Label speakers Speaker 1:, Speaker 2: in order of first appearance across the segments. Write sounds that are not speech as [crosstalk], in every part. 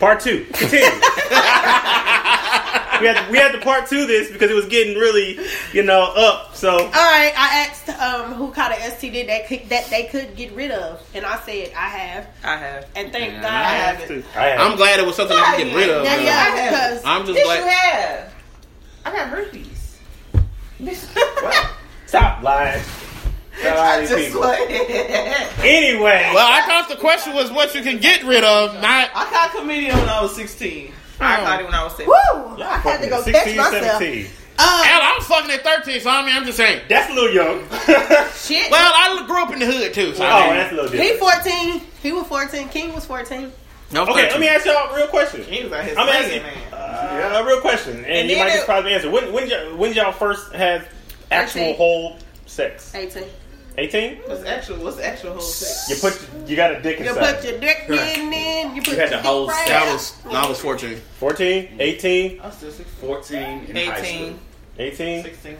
Speaker 1: Part two. Continue. we had we had to part two this because it was getting really you know up. So
Speaker 2: All right, I asked um, who caught an STD that could, that they could get rid of, and I said I have,
Speaker 3: I have.
Speaker 2: and thank
Speaker 4: Yeah,
Speaker 2: God
Speaker 4: I
Speaker 2: I
Speaker 1: I
Speaker 2: have
Speaker 1: have
Speaker 2: it.
Speaker 1: to. I have.
Speaker 4: I'm glad it was something I could get rid of.
Speaker 2: Yeah,
Speaker 4: though.
Speaker 2: yeah,
Speaker 3: I have.
Speaker 2: because
Speaker 3: Yes,
Speaker 4: I'm just
Speaker 3: you
Speaker 4: glad.
Speaker 3: have. I got herpes.
Speaker 1: Stop lying. Stop lying
Speaker 3: I
Speaker 1: to
Speaker 3: just
Speaker 1: people.
Speaker 3: like
Speaker 1: Anyway,
Speaker 4: Well, I thought the question was what you can get rid of, not
Speaker 3: [laughs] I caught chlamydia when I was 16. I
Speaker 4: Oh.
Speaker 3: caught it when I was
Speaker 2: [laughs]
Speaker 3: 17.
Speaker 2: Woo! I had to
Speaker 1: fucking
Speaker 2: go
Speaker 1: 16,
Speaker 2: catch myself.
Speaker 1: 17.
Speaker 4: Hell,
Speaker 2: Um,
Speaker 4: I was fucking at 13, so I mean, I'm just saying.
Speaker 1: That's a little young. [laughs]
Speaker 2: shit.
Speaker 4: Well, I grew up in the hood too, so
Speaker 1: Oh,
Speaker 4: I
Speaker 1: that's a
Speaker 4: mean,
Speaker 1: little
Speaker 2: he
Speaker 1: different.
Speaker 2: fourteen. He was fourteen. King was fourteen.
Speaker 4: no
Speaker 1: Okay, let me ask y'all a real question.
Speaker 3: He was out here
Speaker 1: I'm
Speaker 3: slinging,
Speaker 1: asking
Speaker 3: man.
Speaker 1: uh, a real question, and,
Speaker 3: And
Speaker 1: you
Speaker 3: then
Speaker 1: might be
Speaker 3: it-
Speaker 1: surprised to answer. When when y'all, when y'all first had actual
Speaker 2: Eighteen.
Speaker 1: whole sex?
Speaker 2: Eighteen.
Speaker 1: Eighteen.
Speaker 3: What's the actual? What's the actual whole sex?
Speaker 1: You put you got a dick
Speaker 2: You
Speaker 1: inside.
Speaker 2: put your dick in, in you put
Speaker 5: You had
Speaker 2: your
Speaker 5: the whole
Speaker 2: dick right
Speaker 4: that
Speaker 2: out.
Speaker 4: was that was 14.
Speaker 1: 14, 18,
Speaker 3: I'm still 16.
Speaker 5: 14 in high school.
Speaker 3: 18,
Speaker 1: 18.
Speaker 3: 16,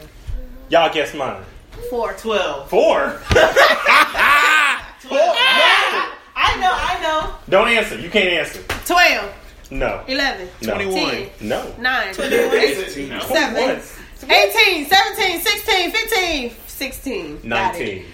Speaker 1: Y'all guess mine.
Speaker 2: four.
Speaker 3: 12.
Speaker 4: [laughs]
Speaker 1: Four. Four.
Speaker 3: I know, I know.
Speaker 1: Don't answer. You can't answer.
Speaker 2: 12,
Speaker 1: No.
Speaker 2: 11,
Speaker 1: No.
Speaker 4: 21.
Speaker 2: 10,
Speaker 1: No.
Speaker 2: 9,
Speaker 3: 21.
Speaker 5: No.
Speaker 2: 7, 18, 17, 16, 15, 16. Got it.
Speaker 1: Nineteen.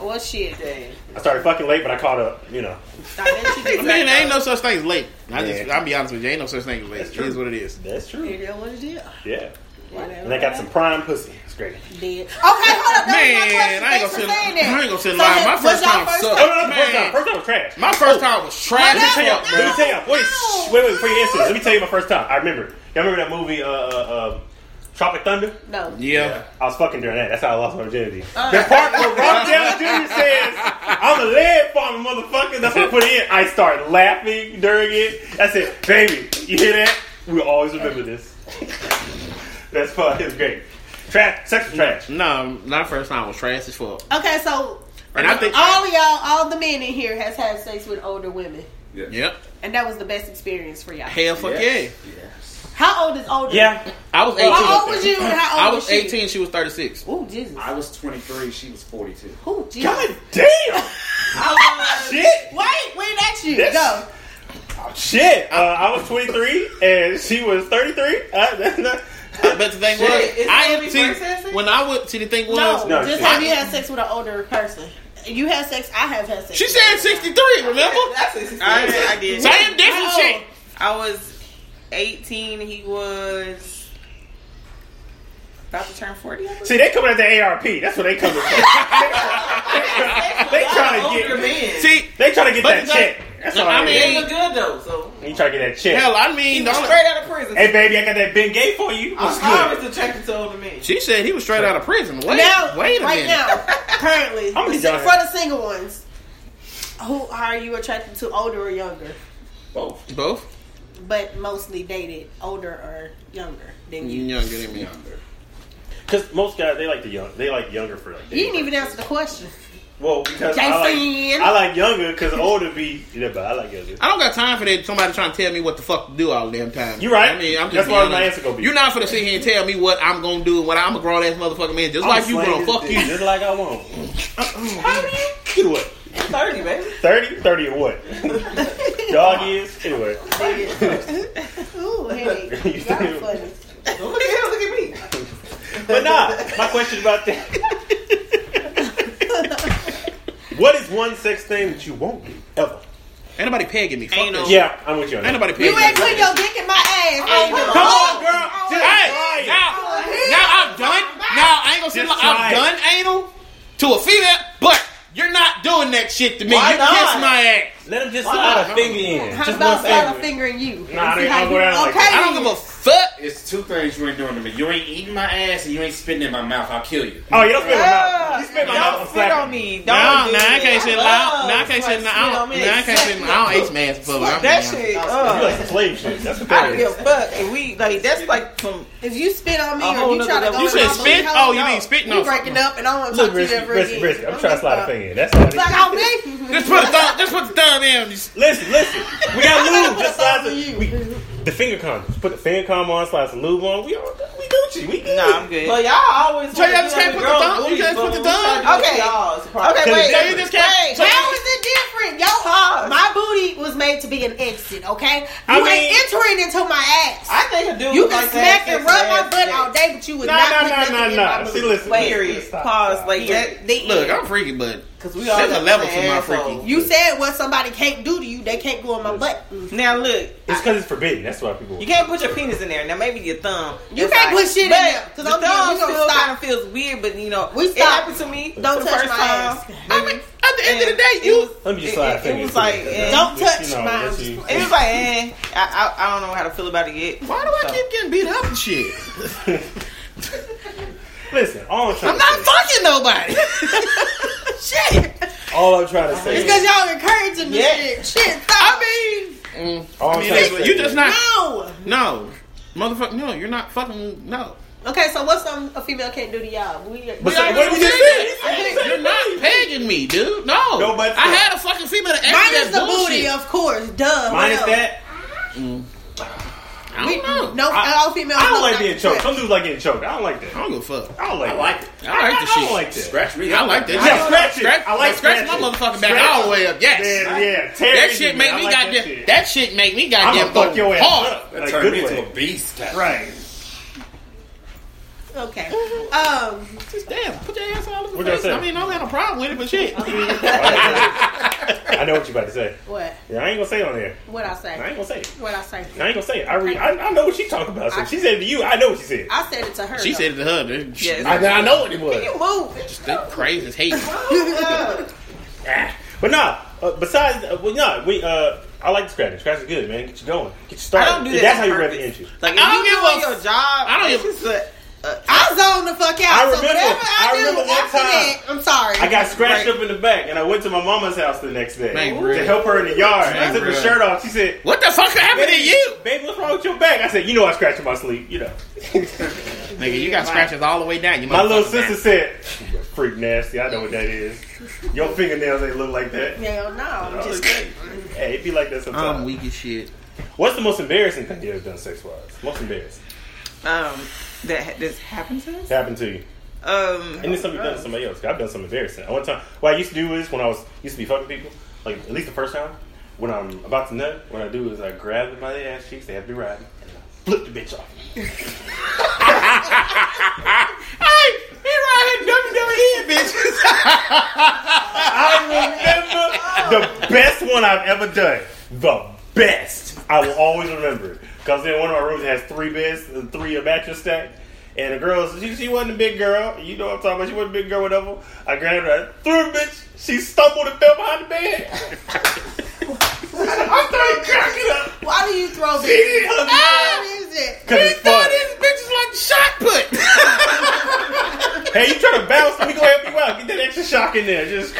Speaker 2: Well, shit.
Speaker 3: Dang.
Speaker 1: I started fucking late, but I caught up. You know.
Speaker 2: I bet
Speaker 4: [laughs]
Speaker 2: you
Speaker 4: I
Speaker 2: did.
Speaker 4: mean, there ain't no such thing as late. I
Speaker 1: Yeah.
Speaker 4: just, I'll be honest with you, ain't no such thing as late. It is what it is.
Speaker 1: That's
Speaker 2: You
Speaker 1: true.
Speaker 2: know what it is.
Speaker 1: Yeah. And I got some prime pussy. It's great.
Speaker 4: [laughs]
Speaker 2: Dead. Okay, hold up.
Speaker 4: Man, I ain't gonna
Speaker 2: say
Speaker 4: sit.
Speaker 2: that.
Speaker 4: I ain't gonna sit
Speaker 2: So,
Speaker 4: lie. My
Speaker 2: was
Speaker 4: first
Speaker 2: y'all
Speaker 4: time
Speaker 2: first
Speaker 4: sucked.
Speaker 1: Oh no, no, no first
Speaker 4: Man.
Speaker 1: time. First time was trash.
Speaker 4: My first time was trash
Speaker 2: No,
Speaker 4: as
Speaker 1: Let me
Speaker 4: fuck,
Speaker 1: tell you. Let me
Speaker 4: bro.
Speaker 1: tell you. Wait, shh, wait, wait. Before you answer, this, let me tell you my first time. I remember. Y'all remember that movie, uh, uh, uh, Tropic Thunder?
Speaker 2: No.
Speaker 4: Yeah.
Speaker 1: I was fucking during that. That's how I lost my virginity. the part where Rob Down Jr. says, "I'm a lead farmer, motherfucker." That's what I put it in. I start laughing during it. I said, "Baby, you hear that? We'll always remember this." That's fun. It's great. Trash, sex is trash.
Speaker 4: No, my first time was trash as fuck.
Speaker 2: Okay, so
Speaker 4: And I think,
Speaker 2: all of y'all, all the men in here has had sex with older women.
Speaker 4: yep,
Speaker 2: And that was the best experience for y'all.
Speaker 4: hell fuck yeah.
Speaker 5: Yes.
Speaker 2: How old is older?
Speaker 1: Yeah,
Speaker 4: I was 18.
Speaker 2: How old was you and how old
Speaker 4: I was
Speaker 2: she?
Speaker 4: 18. She was 36.
Speaker 2: Ooh, Jesus.
Speaker 5: I was 23, she was 42.
Speaker 2: Ooh, Jesus.
Speaker 1: god damn,
Speaker 3: [laughs]
Speaker 1: shit,
Speaker 2: Wait, we didn't ask you.
Speaker 1: This-
Speaker 2: Go.
Speaker 1: shit. Uh, I was 23 and she was 33. Uh, [laughs] that's not.
Speaker 4: I bet the thing was,
Speaker 3: Shit, it's
Speaker 4: I
Speaker 3: gonna be
Speaker 4: see
Speaker 3: processing?
Speaker 4: when I went. See the thing was,
Speaker 2: No,
Speaker 1: No, shit.
Speaker 2: just have you had sex with an older person. You had sex. I have had sex.
Speaker 4: she
Speaker 2: with
Speaker 4: said
Speaker 2: older
Speaker 4: 63. Remember?
Speaker 3: That's a 16.
Speaker 5: I did,
Speaker 3: I did.
Speaker 4: Same different
Speaker 2: How
Speaker 4: shit.
Speaker 2: old?
Speaker 3: I was 18. He was about to turn 40. I believe.
Speaker 1: See, they coming at the ARP. That's what they coming for. they trying to
Speaker 3: Older
Speaker 1: get.
Speaker 3: men.
Speaker 4: See,
Speaker 1: They trying to get
Speaker 4: But
Speaker 1: that
Speaker 4: it's
Speaker 1: check.
Speaker 4: like-
Speaker 1: That's
Speaker 4: No,
Speaker 1: all I
Speaker 4: I mean-
Speaker 1: mean.
Speaker 3: they look good though. So
Speaker 1: You trying to get that check.
Speaker 4: hell, I mean,
Speaker 3: he
Speaker 4: the
Speaker 3: was
Speaker 4: only-
Speaker 3: straight out of prison.
Speaker 1: Hey, baby, I got that Ben Gay for you. What's
Speaker 3: I'm
Speaker 1: good?
Speaker 3: always attracted to older men.
Speaker 4: she said he was straight out of prison. Wait,
Speaker 2: now,
Speaker 4: wait a
Speaker 2: right
Speaker 4: minute.
Speaker 2: now,
Speaker 4: [laughs]
Speaker 2: currently,
Speaker 1: I'm
Speaker 2: the-
Speaker 1: done.
Speaker 2: for the single ones, who are you attracted to, older or younger?
Speaker 5: Both.
Speaker 4: Both
Speaker 2: But mostly dated, older or younger than you.
Speaker 4: younger than me.
Speaker 5: Younger.
Speaker 1: Because most guys they like the young, they like younger for like.
Speaker 2: You didn't even answer the question.
Speaker 1: Well, because I like,
Speaker 2: Jason.
Speaker 1: I like younger because older be. Yeah, but I like younger.
Speaker 4: I don't got time for that. Somebody trying to tell me what the fuck to do all the damn time.
Speaker 1: You right.
Speaker 4: I mean, I'm just
Speaker 1: That's
Speaker 4: being
Speaker 1: why my
Speaker 4: honest.
Speaker 1: answer gonna be.
Speaker 4: You're not gonna sit here and tell me what I'm gonna do and what I'm a grown ass motherfucking man. Just like you
Speaker 1: I'ma
Speaker 4: gonna
Speaker 1: slang this
Speaker 4: fuck
Speaker 1: dick
Speaker 4: you.
Speaker 1: just like I want.
Speaker 3: How old are you?
Speaker 1: Get what?
Speaker 3: 30, baby.
Speaker 1: 30? 30 or what? Dog is anyway. [laughs]
Speaker 2: Ooh, hey,
Speaker 1: You
Speaker 2: you
Speaker 1: still-
Speaker 2: funny.
Speaker 3: Don't look at him. Look at me.
Speaker 1: But nah, my question about that. what is one sex thing that you won't do ever?
Speaker 4: Ain't nobody pegging me. Fuck
Speaker 3: Ain't
Speaker 4: that
Speaker 3: no-
Speaker 4: shit.
Speaker 1: Yeah, I'm with you on
Speaker 4: Ain't
Speaker 1: that.
Speaker 4: nobody
Speaker 2: You
Speaker 4: pegging
Speaker 2: ain't
Speaker 4: me.
Speaker 2: put your dick in my ass. Oh,
Speaker 3: Ain't no-
Speaker 1: Come on, girl. Just try
Speaker 4: Hey,
Speaker 1: it.
Speaker 4: now, now I'm done. Now I ain't gonna say
Speaker 1: Just
Speaker 4: like, I'm
Speaker 1: try
Speaker 4: done anal to a female, but you're not doing that shit to me.
Speaker 3: Why
Speaker 4: you
Speaker 3: not?
Speaker 4: kiss my ass.
Speaker 1: Let him just slide a finger in.
Speaker 2: How
Speaker 1: Just
Speaker 2: about
Speaker 1: one
Speaker 2: slide
Speaker 1: finger.
Speaker 2: a finger in you?
Speaker 1: Nah,
Speaker 2: And see
Speaker 1: they
Speaker 2: how
Speaker 1: don't go
Speaker 2: you-
Speaker 1: down like
Speaker 2: okay.
Speaker 1: that.
Speaker 4: I don't give a fuck.
Speaker 5: It's two things you ain't doing to me. You ain't eating my ass and you ain't spitting in my mouth. I'll kill you.
Speaker 1: Oh, you don't spit in my mouth. You spit in my mouth.
Speaker 3: Ah, Don't
Speaker 1: I'm
Speaker 3: spit
Speaker 1: slapping.
Speaker 3: on me. Don't
Speaker 4: No,
Speaker 3: do
Speaker 4: no, I
Speaker 3: that.
Speaker 4: can't say no.
Speaker 3: love
Speaker 4: I can't say
Speaker 3: when
Speaker 4: no.
Speaker 3: spit on
Speaker 4: I don't-
Speaker 3: me.
Speaker 4: no, I can't say no. I don't ace man's for
Speaker 3: Fuck that shit.
Speaker 1: You
Speaker 3: Ugh.
Speaker 1: like slave shit. That's the
Speaker 3: I don't
Speaker 1: thing.
Speaker 3: give a fuck. If we like that's like some
Speaker 2: If you spit on me
Speaker 3: A
Speaker 2: or
Speaker 3: whole
Speaker 2: you
Speaker 3: nother
Speaker 2: try to go
Speaker 3: level. You
Speaker 2: in
Speaker 3: said
Speaker 2: my booty
Speaker 4: spit?
Speaker 2: hole,
Speaker 4: Oh, you
Speaker 2: no.
Speaker 4: mean spit?
Speaker 2: We
Speaker 4: No.
Speaker 2: breaking up and I don't want to
Speaker 1: Look,
Speaker 2: talk to you
Speaker 1: risky,
Speaker 2: ever
Speaker 1: risky,
Speaker 2: again.
Speaker 1: risky. I'm trying to slide a
Speaker 2: like,
Speaker 1: finger in. That's all it
Speaker 2: Fuck
Speaker 1: is.
Speaker 2: off me.
Speaker 4: Just put the thumb. Just put the thumb in. Just-
Speaker 1: Listen, listen. We got
Speaker 2: I'm
Speaker 3: [laughs]
Speaker 1: lube.
Speaker 2: gonna
Speaker 1: Just
Speaker 2: put
Speaker 1: slide
Speaker 2: a
Speaker 1: some.
Speaker 2: thumb
Speaker 1: We,
Speaker 2: in you.
Speaker 1: the finger condoms. Put the finger condom on. Slide some lube on. We all we Gucci. We good.
Speaker 3: Nah, I'm good. But y'all always
Speaker 4: So y'all just can't put the thumb- you can't put the thumb?
Speaker 3: Okay.
Speaker 2: Okay.
Speaker 3: Y'all,
Speaker 2: Okay,
Speaker 1: Cause
Speaker 2: wait.
Speaker 1: it's
Speaker 4: So you just can't.
Speaker 2: How is it different? Yo,
Speaker 3: Pause.
Speaker 2: my booty was made to be an exit, okay? You
Speaker 1: I mean-
Speaker 2: ain't entering into my ass.
Speaker 3: I think a dude
Speaker 2: you
Speaker 3: would
Speaker 2: can
Speaker 3: like to have
Speaker 2: smack
Speaker 3: sex
Speaker 2: and rub
Speaker 3: with
Speaker 2: my
Speaker 3: ass
Speaker 2: butt
Speaker 3: dick.
Speaker 2: all day, but you would
Speaker 1: Nah,
Speaker 2: not
Speaker 1: nah,
Speaker 2: put
Speaker 1: nah,
Speaker 2: nothing
Speaker 1: nah,
Speaker 2: in
Speaker 1: nah.
Speaker 2: my
Speaker 1: See,
Speaker 2: booty.
Speaker 1: listen,
Speaker 3: Period.
Speaker 1: Stop,
Speaker 3: Pause.
Speaker 1: stop.
Speaker 3: Like that. They
Speaker 4: Look, I'm freaky, but
Speaker 3: because we all
Speaker 4: there's a
Speaker 3: got
Speaker 4: level
Speaker 3: an
Speaker 4: to my
Speaker 3: asshole.
Speaker 4: freaky.
Speaker 2: You said what somebody can't do to you, they can't go in my butt.
Speaker 3: Now look,
Speaker 1: It's because it's forbidden. That's why people.
Speaker 3: you can't put your penis in there. Now maybe your thumb.
Speaker 2: You
Speaker 3: It's
Speaker 2: can't
Speaker 3: like-
Speaker 2: put shit in
Speaker 3: but
Speaker 2: there, 'cause
Speaker 3: the
Speaker 2: I'm telling you,
Speaker 3: thumb
Speaker 2: we gonna
Speaker 3: still
Speaker 2: stop.
Speaker 3: kind of feels weird, but you know
Speaker 2: We
Speaker 3: It
Speaker 2: stop.
Speaker 3: happened to me.
Speaker 2: Don't
Speaker 3: for the
Speaker 2: touch
Speaker 3: first
Speaker 2: my
Speaker 3: time.
Speaker 2: ass.
Speaker 4: I mean, at the end of the day, you.
Speaker 1: Let me just
Speaker 3: It-
Speaker 1: slide
Speaker 3: it-
Speaker 1: a finger
Speaker 3: it was
Speaker 1: through
Speaker 3: like,
Speaker 1: it.
Speaker 3: eh,
Speaker 2: don't
Speaker 1: Which,
Speaker 2: touch
Speaker 1: you know,
Speaker 2: mine.
Speaker 1: what you-
Speaker 3: It was like, eh, I, I, I don't know how to feel about it yet.
Speaker 4: Why do I keep getting beat up and shit?
Speaker 1: [laughs] Listen, all I'm trying
Speaker 4: I'm
Speaker 1: to
Speaker 4: not
Speaker 1: say,
Speaker 4: fucking nobody.
Speaker 2: [laughs] Shit.
Speaker 1: all I'm trying to say,
Speaker 2: It's
Speaker 1: is-
Speaker 2: because y'all encouraging this
Speaker 3: Yeah.
Speaker 2: shit. Shit, stop.
Speaker 4: [laughs] I mean,
Speaker 1: all I'm
Speaker 4: I
Speaker 1: trying to
Speaker 4: mean, listen,
Speaker 1: say
Speaker 4: you
Speaker 1: is-
Speaker 4: just not.
Speaker 2: No.
Speaker 4: No, motherfucker, no, you're not fucking. No,
Speaker 2: Okay, so what's something a female can't do to y'all? We,
Speaker 1: But
Speaker 2: we
Speaker 1: so
Speaker 2: already-
Speaker 1: what we just said?
Speaker 4: you're not pegging me, dude. No,
Speaker 1: No, but-
Speaker 4: I had a fucking female to ask me
Speaker 2: Minus
Speaker 4: that
Speaker 2: the
Speaker 4: bullshit.
Speaker 2: booty, of course. Duh. what
Speaker 1: Minus
Speaker 2: else?
Speaker 1: that,
Speaker 4: I
Speaker 2: We,
Speaker 4: don't know.
Speaker 2: no,
Speaker 1: I-
Speaker 2: all females.
Speaker 1: I don't
Speaker 2: look
Speaker 1: like
Speaker 2: not
Speaker 1: being choked.
Speaker 2: correct.
Speaker 1: Some dudes like getting choked. I don't like
Speaker 4: I
Speaker 1: that.
Speaker 4: don't give a fuck.
Speaker 1: I don't like.
Speaker 5: I like it.
Speaker 4: I like the
Speaker 1: I
Speaker 4: shit.
Speaker 1: don't like that.
Speaker 5: Scratch me.
Speaker 4: I like that.
Speaker 1: Yeah,
Speaker 4: shit.
Speaker 1: scratch it. I like
Speaker 4: scratch
Speaker 1: scratch it.
Speaker 4: my motherfucking back
Speaker 1: Scratch
Speaker 4: all the way up. Yes.
Speaker 1: Man, yeah, tear
Speaker 4: That
Speaker 1: into
Speaker 4: shit
Speaker 1: me.
Speaker 4: make
Speaker 1: I
Speaker 4: me
Speaker 1: like that
Speaker 4: goddamn.
Speaker 1: shit.
Speaker 4: That shit make me
Speaker 1: I'm
Speaker 4: goddamn.
Speaker 1: gonna fuck your ass
Speaker 4: hard.
Speaker 1: up.
Speaker 5: That
Speaker 1: Like,
Speaker 5: turned
Speaker 1: good
Speaker 5: me
Speaker 1: way.
Speaker 5: into a beast. God.
Speaker 1: Right.
Speaker 2: Okay. Um,
Speaker 4: Just damn. Put your ass all over
Speaker 1: What
Speaker 4: the
Speaker 1: y'all
Speaker 4: face.
Speaker 1: say?
Speaker 4: I mean, I don't have no problem with it, but shit.
Speaker 1: [laughs] I know what you about to say.
Speaker 2: what?
Speaker 1: Yeah, I ain't gonna say it on there.
Speaker 2: What I
Speaker 1: I ain't
Speaker 2: say?
Speaker 1: gonna say it.
Speaker 2: What I say?
Speaker 1: I ain't gonna say it. I read. I, I know what she talking about. So she said it to you. I know what she said.
Speaker 2: I said it to her.
Speaker 4: she
Speaker 2: though.
Speaker 4: said it to her. Dude.
Speaker 3: Yes.
Speaker 4: I, I know what it was.
Speaker 2: You move.
Speaker 4: That crazy as hate.
Speaker 1: Ah. But nah. Uh, besides, uh, well, nah. We. Uh, I like scratching. Scratch is good, man. Get you going. Get you
Speaker 3: I
Speaker 1: started.
Speaker 3: don't do that.
Speaker 1: That's
Speaker 3: on
Speaker 1: how you rev
Speaker 3: purpose.
Speaker 1: the engine.
Speaker 3: Like if
Speaker 4: I
Speaker 3: you
Speaker 4: don't give
Speaker 3: doing
Speaker 4: a-
Speaker 3: your job, I
Speaker 4: don't
Speaker 3: don't
Speaker 4: give-
Speaker 3: even.
Speaker 2: I zoned the fuck out.
Speaker 1: I
Speaker 2: so
Speaker 1: remember-
Speaker 2: whatever I,
Speaker 1: I
Speaker 2: do
Speaker 1: remember one
Speaker 2: after that, I'm sorry.
Speaker 1: I got scratched up in the back, and I went to my mama's house the next day
Speaker 4: Man,
Speaker 1: to
Speaker 4: bruh.
Speaker 1: help her in the yard. I
Speaker 4: Man,
Speaker 1: took her
Speaker 4: bruh.
Speaker 1: shirt off. She said,
Speaker 4: What the fuck happened to
Speaker 1: "Baby,
Speaker 4: you?
Speaker 1: baby, what's wrong with your back?" I said, "You know, I scratched in my sleep. You know."
Speaker 4: Nigga, you got scratches all the way down. You
Speaker 1: My little
Speaker 4: motherfucking
Speaker 1: sister said, "You a "Freak nasty. I know what that is. Your fingernails ain't look like that.
Speaker 2: Hell no. I'm just
Speaker 1: Hey, it be like that
Speaker 4: man.
Speaker 1: sometimes."
Speaker 4: I'm weak as shit.
Speaker 1: What's the most embarrassing thing you ever done sex wise? Most embarrassing
Speaker 3: Um, that this happened to us.
Speaker 1: It happened to you,
Speaker 3: Um,
Speaker 1: and then something you done to somebody else. I've done some embarrassing. I one time, what I used to do is when I was used to be fucking people, like at least the first time when I'm about to nut, what I do is I grab them by the ass cheeks. They have to be riding, and I flip the bitch off.
Speaker 4: Hey, he riding
Speaker 1: E,
Speaker 4: WWE bitches.
Speaker 1: I remember the best one I've ever done. The best. I will always remember it. Because in one of my rooms it has three beds, and three a mattress stack. And the girl, she, she wasn't a big girl. You know what I'm talking about. She wasn't a big girl, whatever. I grabbed her, I threw her, bitch. She stumbled and fell behind the bed. [laughs] I started cracking up.
Speaker 2: Why do you throw
Speaker 1: [laughs] She didn't
Speaker 2: this?
Speaker 1: hug
Speaker 2: What
Speaker 1: me.
Speaker 2: is it?
Speaker 1: Because
Speaker 4: he
Speaker 1: it's fun.
Speaker 4: thought these bitches like shot [laughs] put.
Speaker 1: Hey, you trying to bounce? We gonna help you out. Get that extra shock in there. Just, [laughs]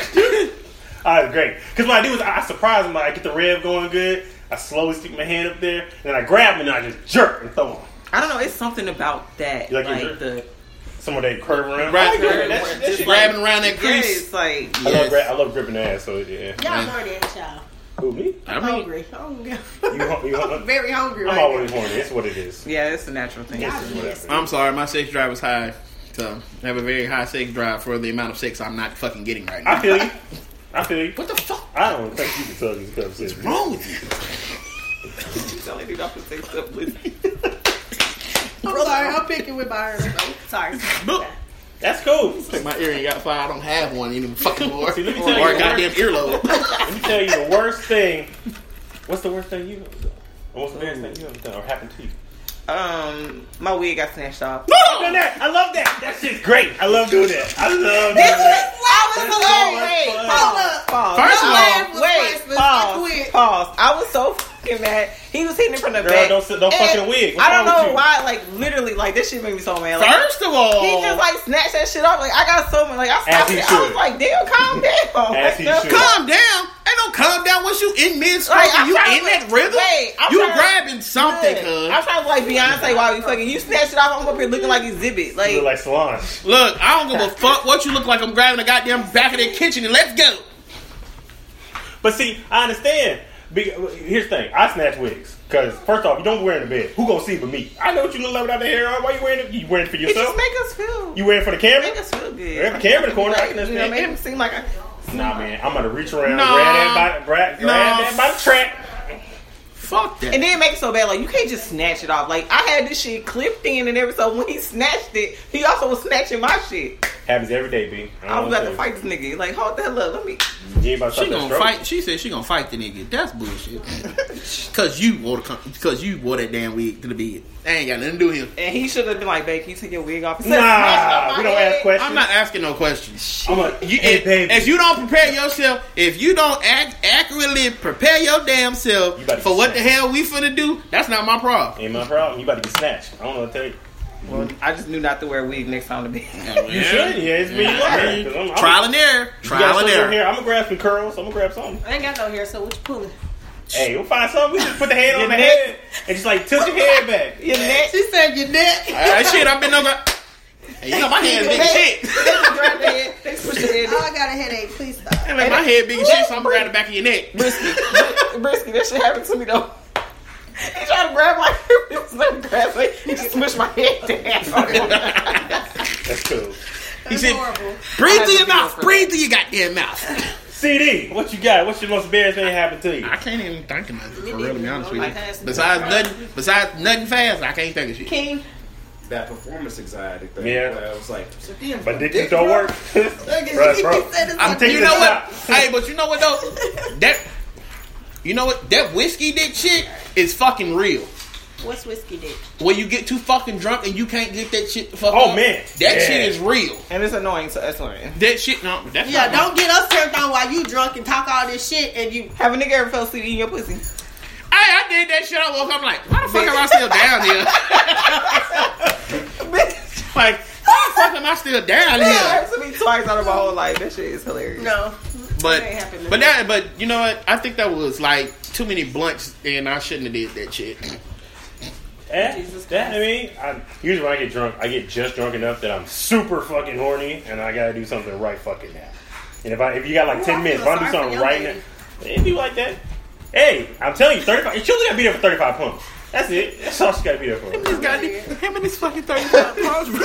Speaker 1: ah, it's great. Because what I do is I, I surprise them. I get the rev going good. I slowly stick my hand up there, and then I grab them and I just jerk and throw them.
Speaker 3: I don't know. It's something about that,
Speaker 1: You like
Speaker 3: like,
Speaker 1: your-
Speaker 3: the
Speaker 1: Someone they curve around.
Speaker 4: Right,
Speaker 1: I like that.
Speaker 4: right,
Speaker 1: That
Speaker 3: right.
Speaker 1: shit- that shit-
Speaker 4: Grabbing around that
Speaker 3: yeah,
Speaker 4: crease.
Speaker 3: it's like
Speaker 1: I love,
Speaker 4: Yes.
Speaker 1: gra- I love gripping the ass. So yeah.
Speaker 2: Y'all know that, y'all.
Speaker 1: Who me?
Speaker 4: I
Speaker 2: I'm
Speaker 4: mean,
Speaker 2: hungry. I'm
Speaker 1: You, hung- you hung-
Speaker 2: very hungry
Speaker 1: I'm
Speaker 2: right
Speaker 1: always
Speaker 2: now.
Speaker 1: horny. It's what it is.
Speaker 3: [laughs] yeah, it's a natural thing.
Speaker 1: It's just whatever.
Speaker 4: I'm sorry, my sex drive was high. So I have a very high sex drive for the amount of sex I'm not fucking getting right
Speaker 1: I
Speaker 4: now.
Speaker 1: feel you. I feel you.
Speaker 4: What the fuck
Speaker 1: I don't think you can tell these conversations.
Speaker 4: is wrong with you?
Speaker 3: [laughs] She's telling me not to say stuff. Listen.
Speaker 2: I'm sorry. I'm picking with my herb. Sorry.
Speaker 4: Look,
Speaker 1: That's cool.
Speaker 4: my earring got fire. I don't have one anymore. Fucking [laughs] more.
Speaker 1: See, let me
Speaker 4: or
Speaker 1: tell you the
Speaker 4: a goddamn earlobe.
Speaker 1: Let me tell you the worst thing. What's the worst thing you ever done? Or what's the best thing you ever done or happened to you?
Speaker 3: Um, my wig got snatched off.
Speaker 1: I've done that. I love that. That shit's great. I love doing that. I love doing that.
Speaker 2: I
Speaker 1: so much fun.
Speaker 2: Hold up.
Speaker 3: Pause.
Speaker 4: First of
Speaker 2: Your
Speaker 4: all,
Speaker 2: laugh was
Speaker 3: wait,
Speaker 2: priceless. I
Speaker 3: pause,
Speaker 2: quit.
Speaker 3: pause. I was so fucking mad. He was hitting it from the
Speaker 1: Girl,
Speaker 3: back.
Speaker 1: don't sit- don't
Speaker 3: and
Speaker 1: fucking wig. What's
Speaker 3: I don't
Speaker 1: wrong with
Speaker 3: know
Speaker 1: you?
Speaker 3: why. Like literally, like this shit made me so mad. Like,
Speaker 4: [laughs] First of all,
Speaker 3: he just like snatched that shit off. Like I got so mad. Like I
Speaker 1: As
Speaker 3: stopped
Speaker 1: he
Speaker 3: it. I
Speaker 1: should.
Speaker 3: was like, damn, calm down.
Speaker 1: [laughs] As he
Speaker 3: Like,
Speaker 1: should.
Speaker 4: calm down. Ain't no calm down once you in mid stroke
Speaker 3: Like, I'm
Speaker 4: and you
Speaker 3: trying
Speaker 4: in
Speaker 3: to-
Speaker 4: that rhythm.
Speaker 3: wait, I'm
Speaker 4: you
Speaker 3: trying to-
Speaker 4: grabbing something, cuz.
Speaker 3: I'm trying to like Beyonce while we fucking. You snatched it off. I'm up here looking like exhibit. Like,
Speaker 1: You look like Solange.
Speaker 4: Look, I don't give a fuck what you look like. I'm grabbing the goddamn back of the kitchen and let's go.
Speaker 1: But see, I understand. Be- here's the thing. I snatch wigs because first off, you don't wear it in the bed. Who gonna see but me? I know what you look like without the hair on. Why you wearing it? You wearing it for
Speaker 3: it
Speaker 1: yourself?
Speaker 3: just make us feel.
Speaker 1: you wearing it for the camera?
Speaker 3: make us feel good.
Speaker 1: Grab a camera in the corner, I can
Speaker 3: You know,
Speaker 1: understand.
Speaker 3: make him seem like I.
Speaker 1: Nah, man. I'm gonna reach around,
Speaker 4: Nah.
Speaker 1: grab that by, grab, grab
Speaker 4: Nah.
Speaker 1: that by the track,
Speaker 4: Fuck that.
Speaker 3: And then make it so bad, like you can't just snatch it off. Like I had this shit clipped in and everything. So when he snatched it, he also was snatching my shit.
Speaker 1: Happens every day, B. don't
Speaker 3: I was
Speaker 1: know
Speaker 3: about to
Speaker 1: what
Speaker 3: fight this nigga. Like hold the hell up, let me.
Speaker 1: to tell You You ain't about to
Speaker 4: she
Speaker 1: stop that
Speaker 4: gonna
Speaker 1: stroke.
Speaker 4: fight. She said she gonna fight the nigga. That's bullshit. Cause you wore the con- cause you wore that damn wig to the bed. I ain't got nothing to do with him.
Speaker 3: And he should have been like, "Babe, can you take your wig off?"
Speaker 1: Nah, we don't ask questions.
Speaker 4: I'm not asking no questions.
Speaker 1: I'm a,
Speaker 4: You,
Speaker 1: hey,
Speaker 4: if,
Speaker 1: baby.
Speaker 4: if you don't prepare yourself, if you don't act accurately prepare your damn self
Speaker 1: You better
Speaker 4: for
Speaker 1: be
Speaker 4: what the
Speaker 1: snatched.
Speaker 4: hell we finna do, that's not my problem.
Speaker 1: ain't my problem. You about to get snatched. I don't know what to tell you.
Speaker 3: Well, I just knew not to wear a wig next time to [laughs] bed.
Speaker 1: You should. Yeah, it's me. You are. 'Cause I'm- I'm-
Speaker 4: Trial and error.
Speaker 1: You got
Speaker 4: Trial and
Speaker 1: some over
Speaker 4: error.
Speaker 1: Here. I'm gonna grab some curls. I'm gonna grab something.
Speaker 2: I ain't got no hair, so what you pulling?
Speaker 1: Hey, we'll find something. We just put the head on
Speaker 3: Your
Speaker 1: the
Speaker 3: neck.
Speaker 1: head and just like tilt your head back.
Speaker 3: Your neck.
Speaker 2: She said your neck.
Speaker 4: All right, shit, I've been over. Hey, you know my hands big as shit.
Speaker 3: Drop dead. They push the head
Speaker 2: Oh, I got a headache. Please stop.
Speaker 4: Hey, man, my head big as shit, so I'm around the back of your neck.
Speaker 3: Brisky. Brisky, that shit happened to me though. He tried to grab my [laughs] hair, it was not grabbing. He just pushed my head down.
Speaker 1: That's cool.
Speaker 2: That's
Speaker 4: said-
Speaker 2: horrible.
Speaker 4: Breathe through
Speaker 3: a
Speaker 4: your
Speaker 3: video
Speaker 4: mouth.
Speaker 3: for
Speaker 4: Breathe through your goddamn mouth.
Speaker 1: CD, what you got? What's your most embarrassing thing that happened to you?
Speaker 4: I can't even think of nothing for real. To be honest with
Speaker 2: Like, that's-
Speaker 4: you, besides nothing, besides nothing fast, I can't think of shit.
Speaker 2: King,
Speaker 5: That performance anxiety thing.
Speaker 1: Yeah.
Speaker 5: where I was like,
Speaker 1: [laughs] My dick just don't work. [laughs]
Speaker 2: [laughs]
Speaker 1: Bruh, bro.
Speaker 2: said it's
Speaker 1: I'm
Speaker 2: like-
Speaker 1: taking
Speaker 4: You know
Speaker 1: the
Speaker 4: what?
Speaker 1: shot.
Speaker 4: Hey, but you know what though? That you know what? That whiskey dick shit is fucking real.
Speaker 2: What's whiskey dick?
Speaker 4: Where you get too fucking drunk and you can't get that shit. the Fuck
Speaker 1: Oh,
Speaker 4: up.
Speaker 1: man.
Speaker 4: that
Speaker 1: Yeah.
Speaker 4: shit is real.
Speaker 3: and it's annoying to us women.
Speaker 4: That shit, no, that's
Speaker 2: Yeah,
Speaker 4: not my-
Speaker 2: don't get us turned on while you drunk and talk all this shit and you.
Speaker 3: Have a nigga ever felt CD in your pussy? [laughs]
Speaker 4: Hey, I did that shit. I woke up I'm like, why the fuck am I still down here? [laughs] like, why the fuck am I still down
Speaker 3: That
Speaker 4: here?
Speaker 3: happened to me twice out of my whole life. That shit is hilarious. [laughs]
Speaker 2: No.
Speaker 4: But
Speaker 2: ain't happening.
Speaker 4: but that but you know what? I think that was like too many blunts, and I shouldn't have did that shit. [laughs]
Speaker 1: Eh,
Speaker 2: Jesus
Speaker 1: that, I mean, I, usually when I get drunk, I get just drunk enough that I'm super fucking horny and I gotta do something right fucking now. And if I if you got like
Speaker 2: Ooh,
Speaker 1: ten
Speaker 2: I
Speaker 1: minutes, if
Speaker 2: feel
Speaker 1: I do
Speaker 2: sorry for
Speaker 1: something
Speaker 2: your
Speaker 1: right
Speaker 2: lady.
Speaker 1: now, it'd be like that. Hey, I'm telling you, thirty five. She only gotta be there for thirty five pumps. That's it. That's all she gotta be there for.
Speaker 4: Him and his fucking [laughs] thirty five pounds.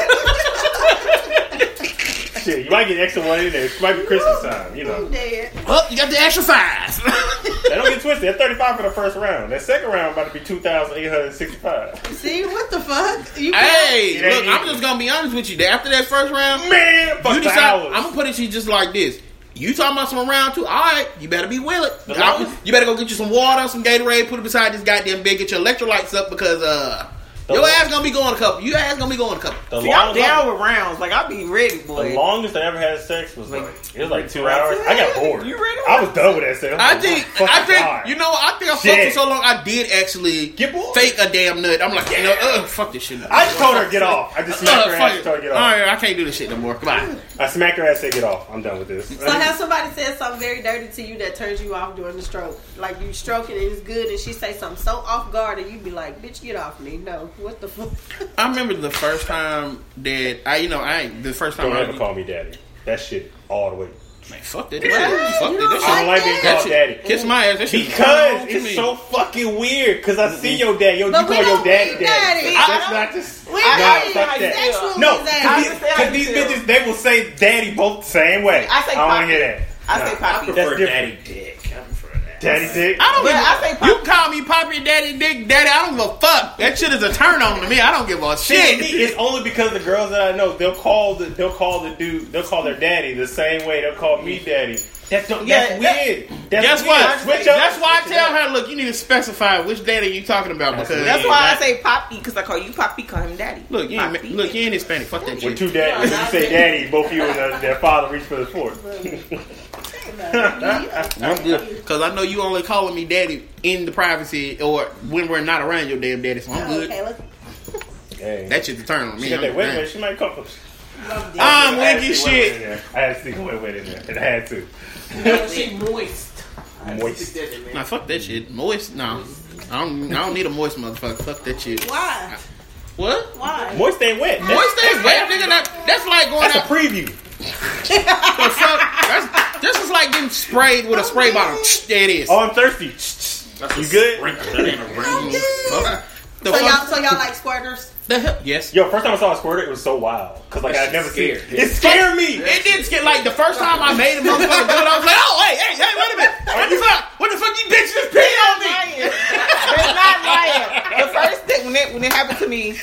Speaker 1: Shit, you might get an extra one in there. It might be Christmas time. You know,
Speaker 2: I'm dead.
Speaker 4: Well, you got the exercise.
Speaker 1: they don't get twisted. They're thirty five for the first round. That second round about to be two thousand eight hundred sixty five.
Speaker 2: See, what the fuck? You
Speaker 4: [laughs] hey,
Speaker 1: It ain't
Speaker 4: look, I'm
Speaker 1: easy.
Speaker 4: just gonna be honest with you. that After that first round,
Speaker 1: Man, fuck
Speaker 4: you
Speaker 1: the
Speaker 4: decide.
Speaker 1: hours.
Speaker 4: I'm gonna put it to you just like this. You talking about some round two? All right, you better be willing.
Speaker 1: The
Speaker 4: I-
Speaker 1: longest-
Speaker 4: you better go get you some water, some Gatorade, put it beside this goddamn bed, get your electrolytes up because uh,
Speaker 1: The
Speaker 4: your
Speaker 1: lo-
Speaker 4: ass gonna be going a couple. Your ass gonna be going a couple.
Speaker 1: the
Speaker 3: See, I'm
Speaker 1: longest,
Speaker 3: down with rounds. Like, I be ready,
Speaker 1: the
Speaker 3: boy.
Speaker 1: longest I ever had sex was like it was like two hours. I got bored.
Speaker 3: You ready?
Speaker 1: I was done with that sex. I'm
Speaker 4: I
Speaker 1: like,
Speaker 4: think,
Speaker 1: fuck
Speaker 4: I think,
Speaker 1: God.
Speaker 4: you know, I think I fucked
Speaker 1: Shit.
Speaker 4: for so long. I did actually
Speaker 1: Get bored.
Speaker 4: fake a damn nut. I'm like, you know, uh, fuck this shit.
Speaker 1: I just told her get off. I just smacked
Speaker 4: Uh,
Speaker 1: her
Speaker 4: [laughs] fuck
Speaker 1: ass.
Speaker 4: it.
Speaker 1: and Told her get
Speaker 4: All
Speaker 1: off.
Speaker 4: right, I can't do this shit no more. Come on.
Speaker 1: I smacked her ass. Said get off. I'm done with this.
Speaker 2: So now somebody says something very dirty to you that turns you off during the stroke. Like you stroking and it's good and she say something so off guard and you be like, bitch, get off me. No. What the [laughs] fuck?
Speaker 4: I remember the first time that I, you know, I the first time
Speaker 1: Don't
Speaker 4: I
Speaker 1: ever call me daddy. That shit all the way.
Speaker 4: Man, fuck that. Fuck
Speaker 2: you know
Speaker 4: that. That
Speaker 1: I
Speaker 4: shit.
Speaker 1: don't like being
Speaker 4: That
Speaker 1: called
Speaker 4: shit-
Speaker 1: daddy.
Speaker 4: Kiss my ass. That shit
Speaker 1: Because
Speaker 4: come to me.
Speaker 1: it's so fucking weird. Because I see your dad. Yo, you
Speaker 2: But we
Speaker 1: call your
Speaker 2: don't
Speaker 1: daddy
Speaker 2: mean
Speaker 1: daddy.
Speaker 2: daddy.
Speaker 1: That's not just.
Speaker 2: We
Speaker 1: Nah,
Speaker 2: I,
Speaker 1: fuck
Speaker 2: I,
Speaker 1: that. No,
Speaker 2: sexual
Speaker 3: I
Speaker 2: no,
Speaker 3: understand how
Speaker 1: because
Speaker 3: you
Speaker 1: these
Speaker 3: feel.
Speaker 1: bitches, they will say daddy both the same way.
Speaker 3: I say
Speaker 1: I don't want
Speaker 3: poppy.
Speaker 1: to hear that.
Speaker 3: I say
Speaker 1: Nah.
Speaker 5: I
Speaker 3: poppy.
Speaker 5: prefer
Speaker 1: different.
Speaker 5: daddy dick. I prefer that.
Speaker 1: Daddy dick.
Speaker 4: I don't
Speaker 3: But
Speaker 4: give a,
Speaker 3: I say pop-
Speaker 4: you call me Poppy Daddy Dick Daddy. I don't give a fuck. That shit is a turn on to me. I don't give a
Speaker 1: See, to me,
Speaker 4: shit.
Speaker 1: it's only because the girls that I know, they'll call the they'll call the dude, they'll call their daddy the same way they'll call me daddy. That don't,
Speaker 3: Yeah,
Speaker 1: that's
Speaker 3: that-
Speaker 1: weird.
Speaker 4: Guess
Speaker 1: weird.
Speaker 4: what?
Speaker 1: Switch up.
Speaker 4: That's why I tell her, look, you need to specify which daddy you talking about
Speaker 1: That's
Speaker 4: because
Speaker 1: weird.
Speaker 3: That's why I
Speaker 1: That-
Speaker 3: say Poppy, because I call you Poppy, call him Daddy.
Speaker 4: look, you ain't,
Speaker 3: Poppy.
Speaker 4: look, you ain't Hispanic. Fuck that
Speaker 1: When
Speaker 4: shit.
Speaker 1: two daddies, when you say daddy, both you and uh, their, their father reach for the fork.
Speaker 4: I'm good because I know you only calling me daddy in the privacy or when we're not around your damn daddy. So I'm good.
Speaker 2: [laughs] Okay, let's
Speaker 1: Dang.
Speaker 4: That shit's a turn on me.
Speaker 1: she got that
Speaker 4: I'm
Speaker 1: wet
Speaker 4: down.
Speaker 1: wet. She might come.
Speaker 2: love this.
Speaker 4: I'm
Speaker 1: I had to
Speaker 4: winky
Speaker 1: sneak wet wet in
Speaker 4: shit.
Speaker 1: there. I had to sneak wet wet in there, and I had to.
Speaker 3: she moist.
Speaker 1: Moist.
Speaker 4: Nah, fuck that shit. Moist? No. I don't, I don't need a moist motherfucker. Fuck that shit.
Speaker 2: Why?
Speaker 4: What?
Speaker 2: Why?
Speaker 1: Moist ain't wet.
Speaker 4: Moist ain't wet, nigga. That, that's like going
Speaker 1: That's a
Speaker 4: out
Speaker 1: preview.
Speaker 4: for fuck. That's, this is like getting sprayed with a spray bottle. There it is.
Speaker 1: Oh, I'm thirsty. You good?
Speaker 5: Sprinkle. That ain't a ring.
Speaker 4: Fuck. The
Speaker 2: So y'all,
Speaker 4: fuck?
Speaker 2: so y'all like squirters?
Speaker 4: The hell? Yes.
Speaker 1: Yo, first time I saw a squirter, it was so wild because like
Speaker 5: That
Speaker 1: I
Speaker 5: shit
Speaker 1: never seen it.
Speaker 5: scared.
Speaker 1: It scared me.
Speaker 4: It did get like the first time I made a
Speaker 3: [laughs]
Speaker 4: motherfucker do it, I was like, oh, hey, hey, hey, wait a minute. What the fuck? What the fuck? You bitches just peeing on me.
Speaker 3: Baby, and it happened to me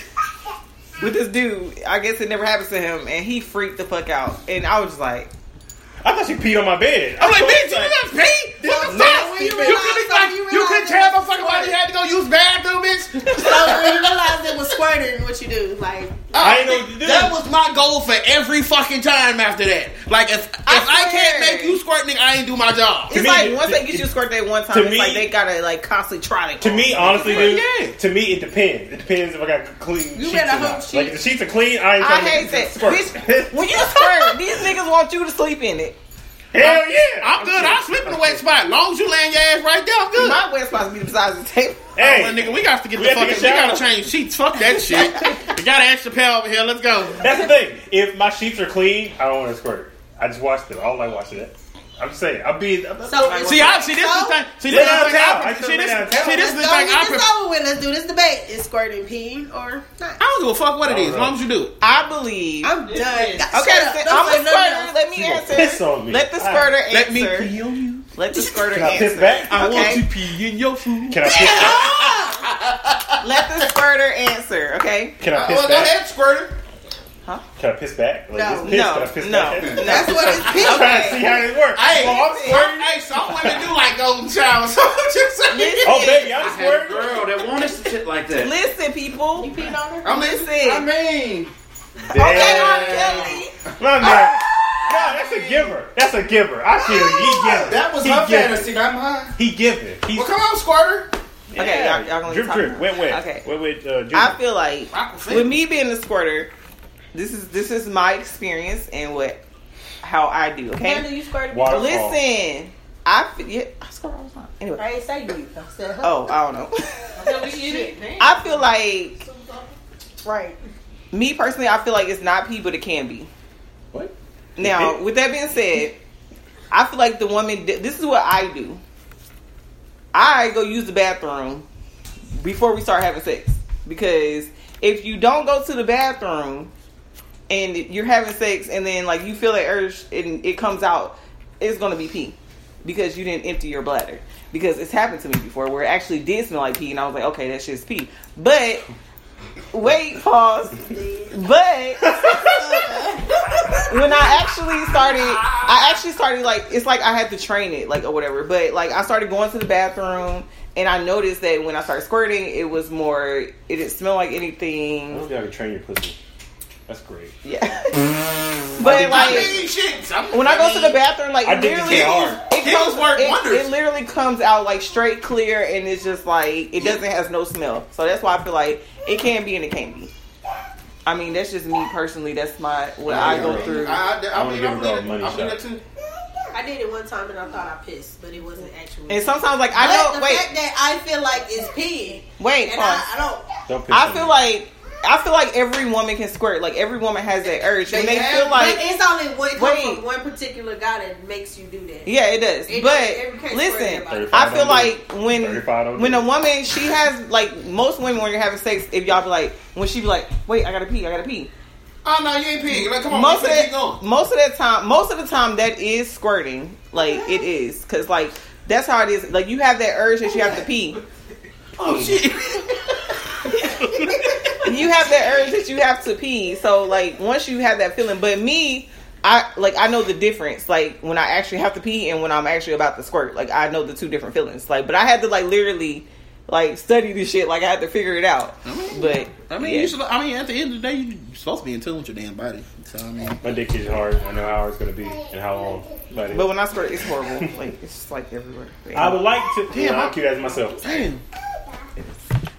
Speaker 3: with this dude. I guess it never happens to him, and he freaked the fuck out. And I was just like,
Speaker 1: I thought she peed on my bed.
Speaker 4: I'm like, bitch, you didn't pee. What the
Speaker 1: Now,
Speaker 4: fuck?
Speaker 1: when
Speaker 4: You
Speaker 1: you
Speaker 4: couldn't
Speaker 1: realize
Speaker 2: that, you
Speaker 4: like, you
Speaker 2: realize
Speaker 4: couldn't tell
Speaker 2: that
Speaker 4: my
Speaker 2: it's
Speaker 4: fucking
Speaker 2: squirt.
Speaker 4: body had to go use bathroom, bitch.
Speaker 2: So when you realized it was squirting, what you do? Like,
Speaker 1: I ain't know what to do.
Speaker 4: That was my goal for every fucking time after that. Like if if
Speaker 3: I
Speaker 4: I, can't
Speaker 3: swear.
Speaker 4: make you squirt, nigga, I ain't do my job.
Speaker 3: it's
Speaker 1: me,
Speaker 3: like
Speaker 1: it-
Speaker 3: once they get you a squirt that one time,
Speaker 1: to
Speaker 3: it's like
Speaker 1: me-
Speaker 3: they gotta like constantly try
Speaker 1: To me, honestly,
Speaker 4: Yeah,
Speaker 1: dude,
Speaker 4: yeah.
Speaker 1: to me it depends. It depends if I got clean sheets
Speaker 2: better
Speaker 1: or not.
Speaker 2: hope she-
Speaker 1: Like if the sheets are clean, I ain't
Speaker 3: I
Speaker 1: trying to
Speaker 3: hate that.
Speaker 1: squirt. [laughs]
Speaker 3: Bitch, when you squirt, these niggas want you to sleep in it.
Speaker 1: Hell yeah,
Speaker 4: I'm good. I'll sleep in the wet spot. long as you land your ass right there, I'm good.
Speaker 3: My wet's supposed to be besides the table.
Speaker 1: Hey,
Speaker 4: Well, nigga, we got to get
Speaker 1: We
Speaker 4: the
Speaker 1: gotta
Speaker 4: fucking.
Speaker 1: take
Speaker 4: We
Speaker 1: a shower.
Speaker 4: gotta change sheets. Fuck that shit. we got an extra pair over here. Let's go.
Speaker 1: That's the thing. If my sheets are clean, I don't want to squirt. I just watched it. I don't like watching it. I'm just saying. I'll be. I'm,
Speaker 2: so it's-
Speaker 4: See, I see this is the thing. See this
Speaker 1: Lay
Speaker 4: is the
Speaker 1: down
Speaker 4: thing.
Speaker 1: towel.
Speaker 4: I,
Speaker 1: I said
Speaker 4: see
Speaker 1: lay
Speaker 4: this.
Speaker 1: down towel.
Speaker 4: See this is the
Speaker 2: let's
Speaker 4: thing.
Speaker 2: go
Speaker 4: I,
Speaker 2: get
Speaker 4: pre-
Speaker 2: this
Speaker 4: I
Speaker 2: over with. Let's do this debate. Is squirting pee or not?
Speaker 4: don't give a fuck what it
Speaker 1: I don't
Speaker 4: is, as
Speaker 1: know.
Speaker 4: long as you do it.
Speaker 3: I believe.
Speaker 2: I'm done. Okay,
Speaker 3: okay, so I'm a squirter. Let me
Speaker 1: gonna
Speaker 3: answer.
Speaker 1: [laughs] piss on me.
Speaker 3: Let the
Speaker 1: All
Speaker 3: squirter answer.
Speaker 4: Let me pee on you.
Speaker 3: Let
Speaker 1: [laughs]
Speaker 3: the squirter
Speaker 1: Can I piss
Speaker 3: answer.
Speaker 1: back?
Speaker 4: I
Speaker 3: Okay.
Speaker 4: want to pee in your food.
Speaker 1: Can I piss?
Speaker 3: Let the squirter answer, okay?
Speaker 1: Can I
Speaker 3: [laughs]
Speaker 4: Uh,
Speaker 1: piss
Speaker 4: well, go
Speaker 1: back?
Speaker 4: ahead, squirter.
Speaker 1: Can I piss back? Like,
Speaker 2: No,
Speaker 1: this piss,
Speaker 3: no,
Speaker 1: can I piss
Speaker 3: no,
Speaker 1: back?
Speaker 3: no.
Speaker 2: That's what
Speaker 1: [laughs]
Speaker 2: it's pee.
Speaker 1: I'm trying to see how it works.
Speaker 4: Hey,
Speaker 1: Well, I'm squirting.
Speaker 4: hey, some women do like golden showers. [laughs] So what you saying?
Speaker 3: Listen,
Speaker 1: Oh, baby,
Speaker 5: I
Speaker 1: I'm
Speaker 5: had a
Speaker 1: squirting.
Speaker 5: girl that wanted some shit like that.
Speaker 3: listen, people.
Speaker 2: You peed on her?
Speaker 4: I'm
Speaker 3: Listen.
Speaker 4: I mean,
Speaker 3: Okay, Ah! R.
Speaker 1: Damn.
Speaker 3: Kelly.
Speaker 1: My man. No, that's a giver. That's a giver. I feel
Speaker 3: Ah!
Speaker 1: you. He giver.
Speaker 4: that was
Speaker 1: he
Speaker 4: her
Speaker 1: giver.
Speaker 4: fantasy, not mine.
Speaker 1: He giver. He's
Speaker 4: Well, come on, squirter.
Speaker 3: Okay, y'all- y'all gonna
Speaker 1: drip
Speaker 3: talk
Speaker 1: drip.
Speaker 3: now.
Speaker 1: Wet wet.
Speaker 3: Okay.
Speaker 1: Wet wet. Uh, ginger.
Speaker 3: I feel like
Speaker 4: I can feel
Speaker 3: with
Speaker 4: it.
Speaker 3: me being a squirter, this is this is my experience and what how I do,
Speaker 2: When do
Speaker 3: okay?
Speaker 2: you squirt?
Speaker 1: Waterfall.
Speaker 3: Listen. I feel yeah, I squirt all the time. Anyway.
Speaker 2: I ain't say you. I said [laughs] her.
Speaker 3: Oh, I don't know. [laughs]
Speaker 2: So we get it.
Speaker 3: I feel like
Speaker 2: Right.
Speaker 3: me personally, I feel like it's not pee, but it can be.
Speaker 1: What? [laughs]
Speaker 3: Now, with that being said, I feel like the woman. di- This is what I do. I go use the bathroom before we start having sex because if you don't go to the bathroom and you're having sex and then like you feel that urge and it comes out, it's gonna be pee because you didn't empty your bladder. Because it's happened to me before where it actually did smell like pee and I was like, okay, that shit's pee. But wait, pause. But [laughs] when I actually started, I actually started like it's like I had to train it, like or whatever. But like I started going to the bathroom, and I noticed that when I started squirting, it was more. It didn't smell like
Speaker 1: I
Speaker 3: anything.
Speaker 1: y'all can train your pussy. That's great.
Speaker 3: Yeah. but
Speaker 4: I
Speaker 3: like
Speaker 4: mean, shit. I'm-
Speaker 3: when I go to the bathroom, like
Speaker 1: I
Speaker 3: it
Speaker 1: think it's
Speaker 3: literally,
Speaker 1: hard.
Speaker 3: it
Speaker 4: Pills
Speaker 3: comes
Speaker 4: work wonders.
Speaker 3: it, it literally comes out like straight clear, and it's just like it doesn't has no smell. So that's why I feel like it can be and it can't be. I mean, that's just me personally. That's my what I go through.
Speaker 4: I, I, I,
Speaker 1: I'm gonna
Speaker 4: believe-
Speaker 1: give
Speaker 4: I
Speaker 1: a
Speaker 4: believe
Speaker 1: girl
Speaker 4: it.
Speaker 1: a money
Speaker 4: I believe
Speaker 1: shot.
Speaker 4: it too.
Speaker 2: I did it one time and I thought I pissed, but it wasn't actually.
Speaker 3: And sometimes, like I
Speaker 2: but
Speaker 3: know.
Speaker 2: the
Speaker 3: Wait,
Speaker 2: fact that I feel like it's peeing,
Speaker 3: wait,
Speaker 2: and
Speaker 3: pause.
Speaker 2: I, I don't.
Speaker 1: Don't piss
Speaker 3: I
Speaker 1: on
Speaker 3: feel
Speaker 1: me.
Speaker 3: like I feel like every woman can squirt. Like every woman has that urge, and they feel
Speaker 2: Like,
Speaker 3: like
Speaker 2: it's only one come
Speaker 3: Wait.
Speaker 2: from one particular guy that makes you do that.
Speaker 3: yeah, it does.
Speaker 2: It- every
Speaker 3: but
Speaker 2: case
Speaker 3: listen,
Speaker 2: for everybody.
Speaker 3: I
Speaker 1: 35
Speaker 3: feel like
Speaker 1: Thirty-five
Speaker 3: when
Speaker 1: don't
Speaker 3: when
Speaker 1: do
Speaker 3: a
Speaker 1: it.
Speaker 3: woman she has like most women when you're having sex, if y'all be like when she be like, wait, I gotta pee, I gotta pee.
Speaker 4: Oh no, you ain't peeing. Like, come on,
Speaker 3: most of
Speaker 4: let's keep
Speaker 3: that,
Speaker 4: going.
Speaker 3: most of that time, most of the time that is squirting. Like it is, cause like that's how it is. Like you have that urge that you have to pee.
Speaker 4: Oh shit.
Speaker 3: you have that urge that you have to pee. So like once you have that feeling, but me, I like I know the difference. Like when I actually have to pee and when I'm actually about to squirt. Like I know the two different feelings. Like but I had to like literally like study this shit. Like I had to figure it out. But
Speaker 4: I mean,
Speaker 3: yeah.
Speaker 4: you should, I mean, at the end of the day, you're supposed to be in tune with your damn body. So I mean,
Speaker 1: My dick is hard. I know how hard it's gonna be and how long. But,
Speaker 3: But when I squirt, it's horrible. Like it's just like everywhere.
Speaker 1: [laughs] I would like to.
Speaker 4: Damn,
Speaker 1: Damn,
Speaker 4: I-
Speaker 1: I'm cute as myself.
Speaker 4: damn.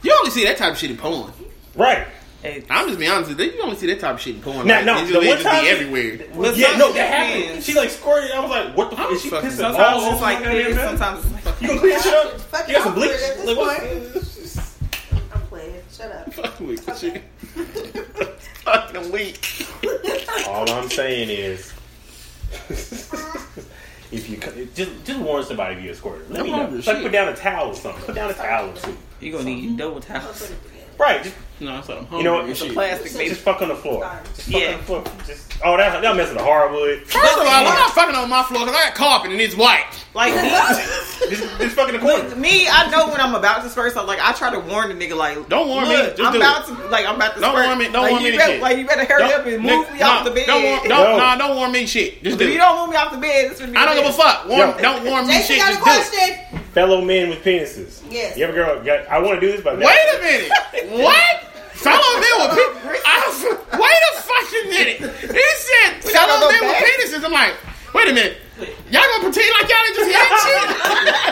Speaker 4: You only see that type of shit in porn.
Speaker 1: Right.
Speaker 3: It-
Speaker 4: I'm just being honest with you. You only see that type of shit in porn.
Speaker 1: Now,
Speaker 4: Like,
Speaker 1: no,
Speaker 4: it
Speaker 1: the
Speaker 4: just, it
Speaker 1: one
Speaker 4: just
Speaker 1: time-
Speaker 4: be everywhere. [laughs]
Speaker 3: Well,
Speaker 1: yeah, no,
Speaker 3: sometimes
Speaker 1: that
Speaker 3: it
Speaker 1: happened.
Speaker 3: depends.
Speaker 1: She like squirted. I was like, what the fuck?
Speaker 4: I'm
Speaker 1: Is she
Speaker 4: fucking-
Speaker 1: pissing all
Speaker 3: Sometimes
Speaker 1: over
Speaker 3: it's like
Speaker 1: my goddamn
Speaker 3: it is.
Speaker 1: bed?
Speaker 3: Sometimes it's like
Speaker 1: You gonna clean shit
Speaker 2: It's
Speaker 1: up?
Speaker 2: fucking
Speaker 1: You got some bleach?
Speaker 2: awkward at this
Speaker 1: Like, what?
Speaker 2: I'm playing. Shut up.
Speaker 4: [laughs] Fucking weak.
Speaker 1: All I'm saying is, [laughs] if you c- just just warn somebody if you're a squirter, let
Speaker 4: I'm
Speaker 1: me know.
Speaker 4: hungry as
Speaker 1: Like
Speaker 4: shit.
Speaker 1: put down a towel or something. Put down a towel or something.
Speaker 3: you gonna need double towels.
Speaker 1: Right. Just
Speaker 4: No, I'm sorry.
Speaker 1: You know what? It's
Speaker 4: First
Speaker 1: a
Speaker 4: of all,
Speaker 3: Plastic baby.
Speaker 1: just fuck on the floor. Just fuck
Speaker 3: Yeah.
Speaker 1: on the floor. Just oh that y'all messing with hardwood.
Speaker 4: I'm not fucking on my floor because I got carpet and it's white.
Speaker 3: Like me,
Speaker 1: This, this fucking the corner.
Speaker 3: look, me, I know when I'm about to spurt. So like, I try to warn the nigga. Like,
Speaker 4: Don't warn me,
Speaker 3: look,
Speaker 4: just
Speaker 3: I'm
Speaker 4: do
Speaker 3: about to like, I'm about to.
Speaker 4: Don't
Speaker 3: squirt.
Speaker 4: warn me- don't
Speaker 3: like,
Speaker 4: warn
Speaker 3: you
Speaker 4: me to
Speaker 3: better,
Speaker 4: shit.
Speaker 3: Like, you better hurry up and move
Speaker 4: nigga,
Speaker 3: me off
Speaker 4: nah,
Speaker 3: the bed.
Speaker 4: Don't warn, don't,
Speaker 1: No.
Speaker 4: nah, don't warn me shit. Just do.
Speaker 3: If you
Speaker 4: it.
Speaker 3: don't move me off the bed, it's gonna be.
Speaker 4: I don't give
Speaker 3: bad.
Speaker 4: a fuck. Warn,
Speaker 1: Yo.
Speaker 4: Don't warn me
Speaker 2: Jason
Speaker 4: shit.
Speaker 2: got a
Speaker 4: Just do. it.
Speaker 2: question.
Speaker 1: Fellow men with penises.
Speaker 2: Yes.
Speaker 1: You ever girl got, I want to do this, but
Speaker 4: Wait a [laughs] minute. what? Fellow men with penises. [laughs] Wait a fucking minute. He said
Speaker 3: got
Speaker 4: fellow
Speaker 3: no
Speaker 4: men with
Speaker 3: back.
Speaker 4: penises. I'm like, wait a minute. Y'all gonna pretend like y'all didn't just [laughs]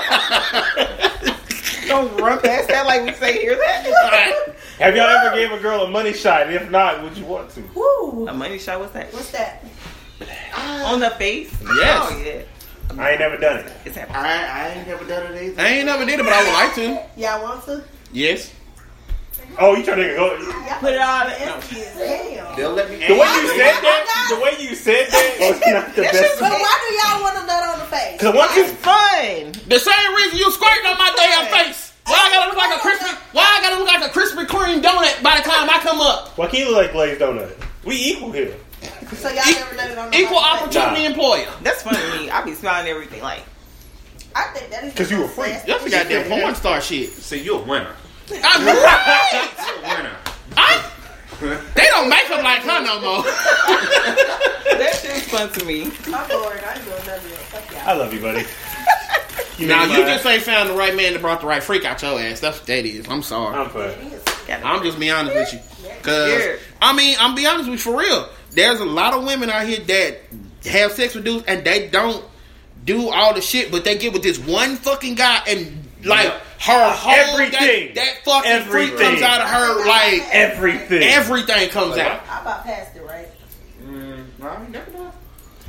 Speaker 4: had shit?
Speaker 3: Don't run past that like we say. Hear
Speaker 4: [laughs]
Speaker 3: that?
Speaker 1: Have y'all ever gave a girl a money shot? And If not, would you want to?
Speaker 2: Woo.
Speaker 3: a money shot. What's that?
Speaker 2: What's that?
Speaker 3: On the face?
Speaker 4: Yes.
Speaker 3: Oh yeah.
Speaker 1: I ain't never done it.
Speaker 3: It's happening.
Speaker 5: I, I ain't never done it either.
Speaker 4: I ain't never did it, but I would like to.
Speaker 2: Y'all want to?
Speaker 4: Yes.
Speaker 1: Oh, you trying to go?
Speaker 2: Y'all put it on the Instagram.
Speaker 5: They'll let me.
Speaker 1: The way you said that, the way you said that was not the best.
Speaker 2: But why do y'all want to nut on the face?
Speaker 1: Because once you
Speaker 3: It's fun.
Speaker 4: The same reason you squirting on my damn face. Why I gotta look like a Krispy? Why I gotta look like a Krispy Kreme donut by the time I come up?
Speaker 1: Why can't you look like glazed donut? We equal here.
Speaker 2: So y'all never done it on the
Speaker 4: Equal
Speaker 2: mother's face?
Speaker 4: opportunity
Speaker 1: Nah.
Speaker 4: employer.
Speaker 3: That's fun to me. I be smiling and everything like
Speaker 2: I think that is
Speaker 1: 'Cause you a freak.
Speaker 4: That's the goddamn porn star shit.
Speaker 5: See, you're a winner.
Speaker 4: I'm right.
Speaker 5: You're a winner.
Speaker 4: I, they don't make them like her no more. [laughs]
Speaker 3: that shit's fun to me.
Speaker 2: I'm bored. I ain't doing nothing else. Fuck y'all.
Speaker 1: I love you,
Speaker 4: [laughs]
Speaker 1: buddy. You
Speaker 4: Now
Speaker 1: made
Speaker 4: you
Speaker 1: my-
Speaker 4: just ain't found the right man that brought the right freak out your ass. That's what that is. I'm
Speaker 1: [laughs]
Speaker 4: sorry.
Speaker 1: I'm fine.
Speaker 4: I'm just be honest with you, cause I mean I'm be honest with you for real. There's a lot of women out here that have sex with dudes and they don't do all the shit, but they get with this one fucking guy and like
Speaker 5: Yeah.
Speaker 4: her whole
Speaker 1: Everything.
Speaker 4: that, that fucking
Speaker 1: Everything.
Speaker 4: freak comes out of her like
Speaker 1: Everything.
Speaker 4: everything comes out.
Speaker 2: I bypassed it, right?
Speaker 5: Mm, no, I ain't never done it.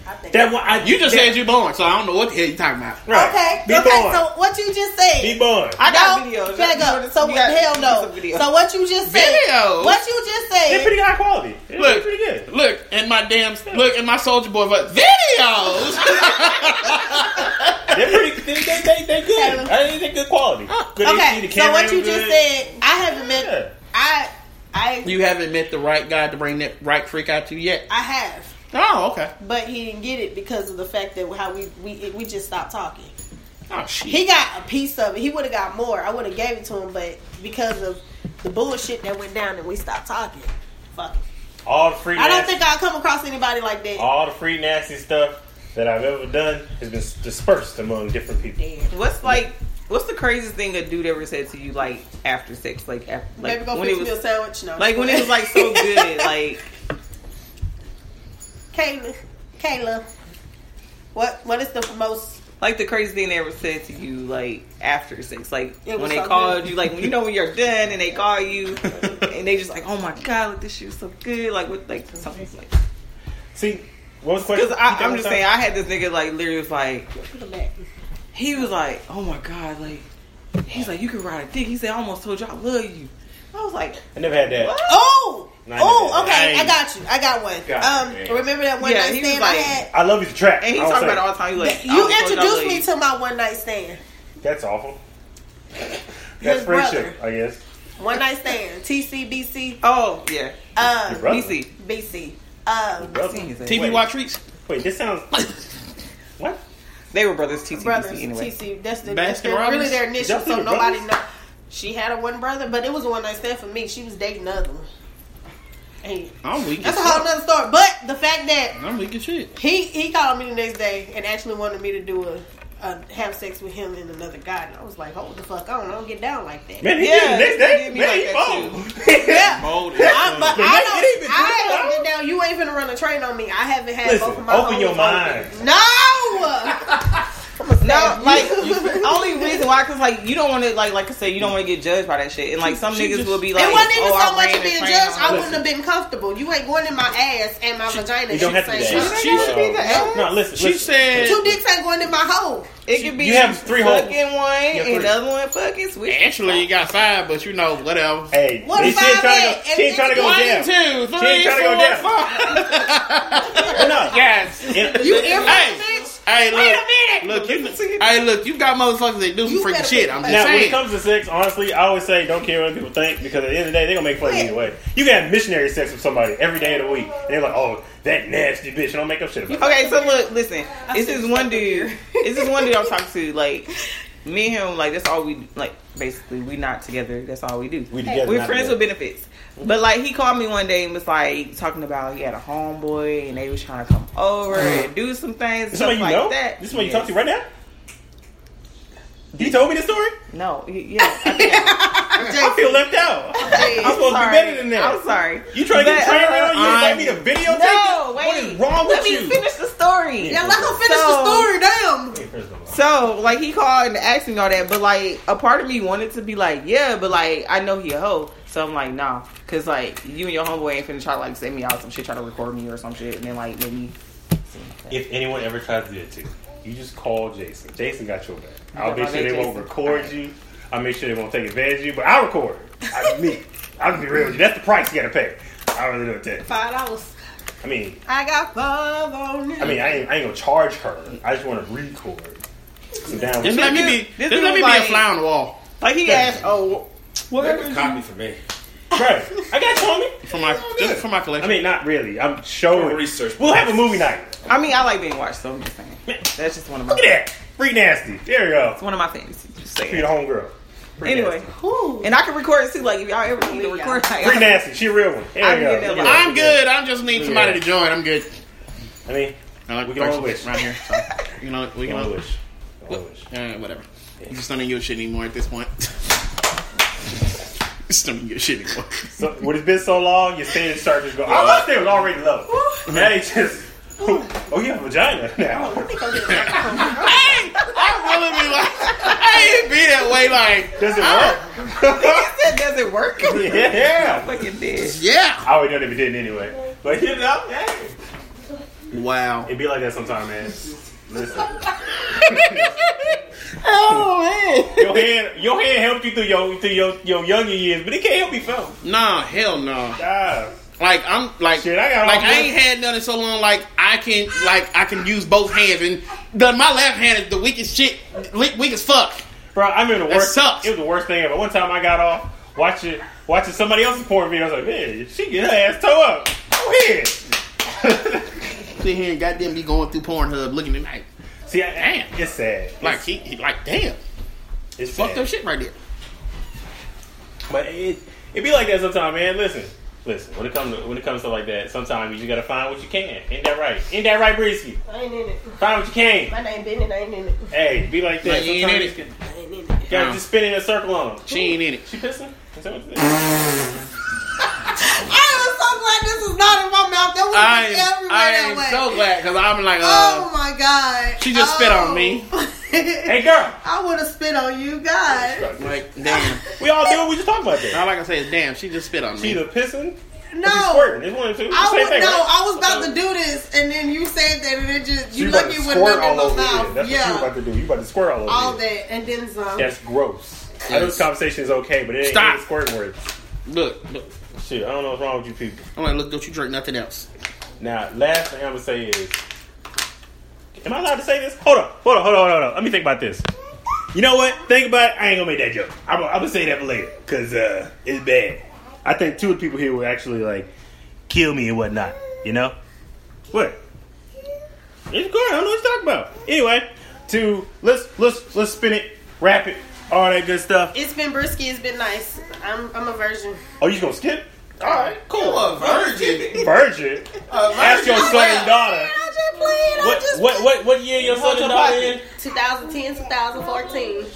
Speaker 2: I think.
Speaker 1: that one, I,
Speaker 4: You just
Speaker 1: that,
Speaker 4: said you born, so I don't know what the hell you talking about.
Speaker 1: Right.
Speaker 2: Okay.
Speaker 1: Be
Speaker 2: okay.
Speaker 1: born.
Speaker 2: So what you just said?
Speaker 1: Be born.
Speaker 3: I got
Speaker 2: no,
Speaker 3: videos.
Speaker 2: Back
Speaker 3: You
Speaker 2: up. So
Speaker 3: got-
Speaker 2: what? Hell
Speaker 3: you got some
Speaker 2: no.
Speaker 3: videos.
Speaker 2: So what you just said?
Speaker 4: Videos?
Speaker 2: What you just
Speaker 1: They're
Speaker 2: said?
Speaker 1: pretty high quality. They're
Speaker 4: Look,
Speaker 1: pretty good.
Speaker 4: look, and my damn, look, and my soldier boy, but videos.
Speaker 1: They're pretty. They, they, they, they good. I think they're good quality. Good HD, the
Speaker 2: Okay. So
Speaker 1: camera
Speaker 2: what you
Speaker 1: good.
Speaker 2: just said? I haven't
Speaker 1: Yeah.
Speaker 2: met. I I
Speaker 4: you haven't met the right guy to bring that right freak out to yet.
Speaker 2: I have,
Speaker 4: Oh, okay.
Speaker 2: but he didn't get it because of the fact that how we we we just stopped talking.
Speaker 4: Oh shit.
Speaker 2: He got a piece of it. He would have got more. I would have gave it to him, but because of the bullshit that went down, and we stopped talking. Fuck. it.
Speaker 1: All the free.
Speaker 2: I don't
Speaker 1: nasty-
Speaker 2: think I'll come across anybody like that.
Speaker 1: all the free nasty stuff that I've ever done has been s- dispersed among different people.
Speaker 2: Damn.
Speaker 3: What's like? What's the craziest thing a dude ever said to you like after sex? Like, after, like
Speaker 2: Baby, go
Speaker 3: when it
Speaker 2: fix me a
Speaker 3: was
Speaker 2: sandwich. No.
Speaker 3: like when it was
Speaker 2: [laughs]
Speaker 3: like so good. Like
Speaker 2: Kayla, Kayla, what what is the most?
Speaker 3: like the craziest thing they ever said to you like after sex. Like
Speaker 2: It was
Speaker 3: when they
Speaker 2: so
Speaker 3: called
Speaker 2: good.
Speaker 3: you. Like when you know when you're done and they
Speaker 2: [laughs]
Speaker 3: call you and they just like, oh my god, like this shit was so good. Like what? Like something like.
Speaker 1: See, what was the question?
Speaker 3: Because
Speaker 1: You
Speaker 3: I'm
Speaker 1: got
Speaker 3: just
Speaker 1: one
Speaker 3: saying, I had this nigga like literally was like,
Speaker 2: Put it back.
Speaker 3: he was like, oh my god, like he's like, you can ride a dick. He said, I almost told you I love you. I was like,
Speaker 1: I never had that.
Speaker 3: What?
Speaker 2: Oh,
Speaker 1: Nah, I didn't.
Speaker 2: oh, okay,
Speaker 1: I
Speaker 2: I
Speaker 1: ain't-
Speaker 2: got you. I got one.
Speaker 5: God,
Speaker 2: um,
Speaker 5: man.
Speaker 2: remember that one
Speaker 3: Yeah,
Speaker 2: night
Speaker 3: he was
Speaker 2: stand I
Speaker 3: like-
Speaker 2: had?
Speaker 1: I love you to track.
Speaker 3: and he
Speaker 1: I was
Speaker 3: talked about
Speaker 1: saying,
Speaker 3: it all the time. He like, I
Speaker 2: You
Speaker 3: almost told I
Speaker 2: introduced
Speaker 3: love
Speaker 2: me
Speaker 3: you.
Speaker 2: to my one night stand.
Speaker 1: That's awful. That's
Speaker 2: His
Speaker 1: friendship, I guess.
Speaker 2: One night stand. TCBC.
Speaker 3: Oh yeah,
Speaker 2: Um,
Speaker 1: Your brother.
Speaker 3: BC.
Speaker 2: BC. Um,
Speaker 1: Brother.
Speaker 3: Seen his ass.
Speaker 4: TV
Speaker 1: Wait.
Speaker 4: watch treats.
Speaker 1: Wait, this sounds. what?
Speaker 3: They were brothers, TTBC
Speaker 2: brothers.
Speaker 3: anyway.
Speaker 2: TC. That's the
Speaker 4: Baskin
Speaker 2: that's their,
Speaker 4: Robbins?
Speaker 2: really their initial,
Speaker 1: Y'all see
Speaker 2: so
Speaker 1: the
Speaker 2: nobody
Speaker 1: brothers?
Speaker 2: know. She had a one brother, but it was a one night stand for me. She was dating another one. And
Speaker 4: [laughs] I'm weak.
Speaker 2: that's a
Speaker 4: as
Speaker 2: whole
Speaker 4: fuck.
Speaker 2: nother story. But the fact that
Speaker 4: I'm weak as shit.
Speaker 2: He he called me the next day and actually wanted me to do a, a have sex with him and another guy, and I was like, hold the fuck on, I don't get down like that.
Speaker 1: Man, he
Speaker 3: Yeah,
Speaker 1: did it next
Speaker 3: they
Speaker 1: day.
Speaker 3: did me
Speaker 1: Man,
Speaker 3: like
Speaker 1: he
Speaker 3: that
Speaker 1: [laughs] bold.
Speaker 2: Yeah.
Speaker 4: Mold is
Speaker 2: I,
Speaker 4: good.
Speaker 2: but
Speaker 1: But
Speaker 2: I
Speaker 1: they didn't
Speaker 2: don't,
Speaker 1: even
Speaker 2: I
Speaker 1: do
Speaker 2: don't
Speaker 1: that.
Speaker 2: get down. You ain't finna run a train on me. I haven't had
Speaker 1: Listen,
Speaker 2: both of my
Speaker 1: open your
Speaker 2: homies
Speaker 1: mind.
Speaker 2: open. No.
Speaker 3: No, like
Speaker 1: [laughs]
Speaker 3: only reason why, cause like you don't want to like like I said, you don't want to get judged by that shit, and like some
Speaker 4: She
Speaker 3: niggas
Speaker 4: just-
Speaker 3: will be
Speaker 2: It
Speaker 3: like,
Speaker 2: wasn't even
Speaker 3: oh,
Speaker 2: so
Speaker 3: I
Speaker 2: much
Speaker 3: ran
Speaker 2: of
Speaker 3: a
Speaker 2: being
Speaker 3: train
Speaker 2: judged.
Speaker 3: on
Speaker 2: I
Speaker 3: her.
Speaker 2: wouldn't have been comfortable. You ain't going in my ass and my vagina.
Speaker 1: You don't have to do
Speaker 2: She's
Speaker 1: that.
Speaker 2: saying,
Speaker 4: She
Speaker 3: It don't have to be the
Speaker 1: She's-
Speaker 3: ass.
Speaker 1: No, listen.
Speaker 4: She
Speaker 1: listen.
Speaker 4: said,
Speaker 2: Two dicks ain't going in my hole.
Speaker 3: It could be
Speaker 1: You have three holes.
Speaker 3: fucking one
Speaker 1: You have
Speaker 3: and
Speaker 1: three.
Speaker 3: another one fucking switch.
Speaker 4: actually, you got five, but you know, whatever.
Speaker 1: Hey,
Speaker 2: What
Speaker 1: she
Speaker 2: if
Speaker 1: ain't
Speaker 2: I
Speaker 1: trying to go.
Speaker 2: met
Speaker 1: She ain't
Speaker 2: and
Speaker 1: trying to go
Speaker 4: One,
Speaker 1: down.
Speaker 4: two,
Speaker 1: She ain't
Speaker 4: three,
Speaker 1: trying to
Speaker 4: four,
Speaker 1: go down.
Speaker 4: five.
Speaker 1: No.
Speaker 4: Yes.
Speaker 1: In-
Speaker 4: Hey, look.
Speaker 3: minute. back.
Speaker 4: Look, you,
Speaker 3: [laughs] Listen to it.
Speaker 4: hey, look, you got motherfuckers that do some
Speaker 2: You
Speaker 4: freaking
Speaker 2: better
Speaker 4: shit.
Speaker 2: put
Speaker 4: I'm
Speaker 2: the
Speaker 1: Now,
Speaker 2: back.
Speaker 4: just
Speaker 1: when it
Speaker 4: saying.
Speaker 1: comes to sex, honestly, I always say don't care what people think because at the end of the day, they're gonna make fun of you either way. You can have missionary sex with somebody every day of the week, and they're like, "Oh, that nasty bitch," and don't make up shit about it.
Speaker 3: Okay, so
Speaker 1: [laughs]
Speaker 3: look, listen. It's
Speaker 2: see
Speaker 3: this
Speaker 2: what's
Speaker 3: one
Speaker 2: up in
Speaker 3: dude. It's [laughs] this one dude I'm talking to. Like me and him, like that's all we like. Basically, we not together. That's all we do.
Speaker 1: We together,
Speaker 3: We're
Speaker 1: not
Speaker 3: friends
Speaker 1: together.
Speaker 3: with benefits. But like he called me one day and was like talking about he had a homeboy and they was trying to come over and do some things
Speaker 1: Uh-huh. This
Speaker 3: stuff
Speaker 1: somebody you
Speaker 3: like
Speaker 1: know?
Speaker 3: that.
Speaker 1: This is what you talk to right now? You told me the story?
Speaker 3: No, he, yeah. I
Speaker 1: [laughs]
Speaker 3: think-
Speaker 1: I feel left out. I'm supposed to be
Speaker 3: sorry.
Speaker 1: better than that.
Speaker 3: I'm sorry.
Speaker 1: You trying to get
Speaker 3: But,
Speaker 1: trained
Speaker 3: uh,
Speaker 1: around? You invite me to videotape
Speaker 3: No,
Speaker 1: it?
Speaker 3: wait.
Speaker 1: What is wrong
Speaker 3: Let
Speaker 1: with
Speaker 3: me
Speaker 1: you?
Speaker 3: finish the story.
Speaker 2: Yeah, let her finish
Speaker 3: So-
Speaker 2: the story. Damn.
Speaker 3: So, like, he called and asked me all that, but like, a part of me wanted to be like, yeah, but like, I know he a hoe, so I'm like, nah, cause like, you and your homeboy ain't finna try to like send me out some shit, try to record me or some shit, and then like, make me.
Speaker 1: If anyone ever tries to do it to you, you just call Jason. Jason got your back. I'll
Speaker 3: got
Speaker 1: make
Speaker 3: my
Speaker 1: sure
Speaker 3: back,
Speaker 1: they won't
Speaker 3: Jason.
Speaker 1: record you. I'll make sure they won't take advantage of you, but I'll record. I me. I'll just be real with you. That's the price you gotta pay. I don't really know what that.
Speaker 2: Five dollars.
Speaker 1: I mean,
Speaker 2: I got five on it.
Speaker 1: I mean, I ain't, I ain't gonna charge her. I just want to record. So down
Speaker 4: Just
Speaker 1: with
Speaker 4: let me
Speaker 3: dude-
Speaker 4: be.
Speaker 3: this
Speaker 4: Just let
Speaker 3: dude
Speaker 4: me
Speaker 3: was
Speaker 4: be a
Speaker 3: like-
Speaker 4: fly on the wall
Speaker 3: Like, he asked, oh,
Speaker 5: Make a copy for me.
Speaker 1: Right. I got you, homie.
Speaker 4: for my just for my collection.
Speaker 1: I mean, not really. I'm showing
Speaker 5: For research
Speaker 1: We'll have a movie night.
Speaker 3: I mean, I like being watched, so I'm just saying, that's just one of my,
Speaker 1: Look at that. Free nasty. There we go.
Speaker 3: it's one of my fantasies. Just
Speaker 1: Free the
Speaker 3: saying.
Speaker 1: homegirl. Free
Speaker 3: Anyway,
Speaker 2: Whew.
Speaker 3: and I can record it too. Like, if y'all ever need to record, like,
Speaker 1: Nasty. Free
Speaker 3: I,
Speaker 1: nasty. She a real one. There
Speaker 3: I'm
Speaker 1: we go.
Speaker 3: getting
Speaker 1: Look
Speaker 3: that
Speaker 1: at that.
Speaker 4: I'm good. I'm just need somebody
Speaker 1: Yeah.
Speaker 4: to join. I'm good.
Speaker 1: I mean,
Speaker 4: I like
Speaker 1: We
Speaker 4: we
Speaker 1: can
Speaker 4: can
Speaker 1: all wish.
Speaker 4: right here. So, you know, we
Speaker 1: you
Speaker 4: can
Speaker 1: know,
Speaker 4: all
Speaker 1: I
Speaker 4: wish.
Speaker 1: wish. I wish.
Speaker 4: Uh, whatever. It's just none of your shit anymore at this point. [laughs] it's none of your shit anymore. [laughs]
Speaker 1: So, when it's been so long, your standard surface go. "Oh, I thought they was already low. Now you just. Oh, you have a vagina now.
Speaker 4: Oh,
Speaker 2: I think I'm getting-
Speaker 4: I really be like, I ain't be that way. Like,
Speaker 1: Does it work?
Speaker 3: [laughs] that doesn't work. [laughs]
Speaker 1: yeah.
Speaker 3: Fucking dead.
Speaker 4: yeah.
Speaker 1: I already know if it didn't anyway. But you know, hey.
Speaker 4: Wow.
Speaker 1: It be like that sometime, man. Listen,
Speaker 3: Oh man.
Speaker 1: your hand, your hand helped you through your through your, your younger years, but it can't help you film.
Speaker 4: Nah, hell no.
Speaker 1: God,
Speaker 4: Like I'm like
Speaker 1: Shit, I got
Speaker 4: like
Speaker 1: off
Speaker 4: I ain't had none in so long. Like I can like I can use both hands and the, my left hand is the weakest shit, weak, weak as fuck.
Speaker 1: bro, I remember the
Speaker 4: That
Speaker 1: worst.
Speaker 4: sucks.
Speaker 1: It was the worst thing ever. One time I got off watching watching somebody else's porn video. I was like, man, she get her ass toe up. Go ahead.
Speaker 4: Sit here and goddamn be going through Pornhub looking at like
Speaker 1: [laughs] See, I,
Speaker 4: Damn.
Speaker 1: it's sad.
Speaker 4: like he, he like damn
Speaker 1: It's
Speaker 4: fucked
Speaker 1: sad.
Speaker 4: up shit right there.
Speaker 1: But it it be like that sometimes, man. Listen, listen. When it comes to when it comes to like that, sometimes you just gotta find what you can. Ain't that right? Ain't that right, Breezy?
Speaker 2: I ain't in it.
Speaker 1: Find what you can.
Speaker 2: My name Bennett. I ain't in it.
Speaker 1: Hey, be like that.
Speaker 4: Like, you
Speaker 1: Sometimes
Speaker 4: ain't in
Speaker 1: you
Speaker 4: it.
Speaker 2: I ain't in it.
Speaker 1: gotta just spin in a circle on 'em.
Speaker 4: She ain't in it.
Speaker 1: She pissing? Is that what it is?
Speaker 2: I am so glad this is not in my mouth. That was
Speaker 4: I am,
Speaker 2: everywhere
Speaker 4: I
Speaker 2: that
Speaker 4: am
Speaker 2: way.
Speaker 4: so glad because I'm like uh,
Speaker 2: oh my god.
Speaker 4: She just spit on
Speaker 2: Oh.
Speaker 4: me.
Speaker 1: hey, girl.
Speaker 2: [laughs] I would have spit on you, God.
Speaker 4: uh, like damn.
Speaker 1: We all do it. We just talking about that.
Speaker 4: All I can say is damn. She just spit on
Speaker 1: She
Speaker 4: me.
Speaker 1: either pissing
Speaker 2: No.
Speaker 1: or she squirting. It's one of the two. It's the
Speaker 2: I
Speaker 1: same
Speaker 2: was
Speaker 1: thing,
Speaker 2: no,
Speaker 1: right?
Speaker 2: I was about to do this, and then you said that, and it just
Speaker 1: She
Speaker 2: you
Speaker 1: about
Speaker 2: lucky
Speaker 1: to
Speaker 2: with
Speaker 1: squirt
Speaker 2: nothing in
Speaker 1: all
Speaker 2: my
Speaker 1: over
Speaker 2: mouth.
Speaker 1: here. That's
Speaker 2: yeah,
Speaker 1: what you about to do. You about to squirt all over
Speaker 2: all
Speaker 1: here.
Speaker 2: that, and then some.
Speaker 1: That's gross. I know this conversation is okay, but it ain't
Speaker 4: Stop.
Speaker 1: even squirting words.
Speaker 4: Look, look.
Speaker 1: Shit, I don't know what's wrong with you people.
Speaker 4: I'm like look. Don't you drink nothing else.
Speaker 1: Now, last thing I'm gonna say is, am I allowed to say this? Hold on, hold on, hold on, hold on. Let me think about this. You know what? Think about it. I ain't gonna make that joke. I'm, gonna- I'm gonna say that for later because uh, it's bad. I think two of the people here would actually like kill me and whatnot. You know what? It's good. I don't know what to talk about. Anyway, to let's let's let's spin it, wrap it, all that good stuff.
Speaker 2: it's been brisky. It's been nice. I'm I'm a virgin.
Speaker 1: Oh, you just gonna skip? All right,
Speaker 6: Cool, a virgin.
Speaker 2: [laughs]
Speaker 1: virgin.
Speaker 6: A
Speaker 1: Ask your
Speaker 6: virgin.
Speaker 1: son and daughter.
Speaker 2: I just played. I
Speaker 1: What
Speaker 2: just
Speaker 1: what what what year your son and daughter in?
Speaker 2: 2010, 2014.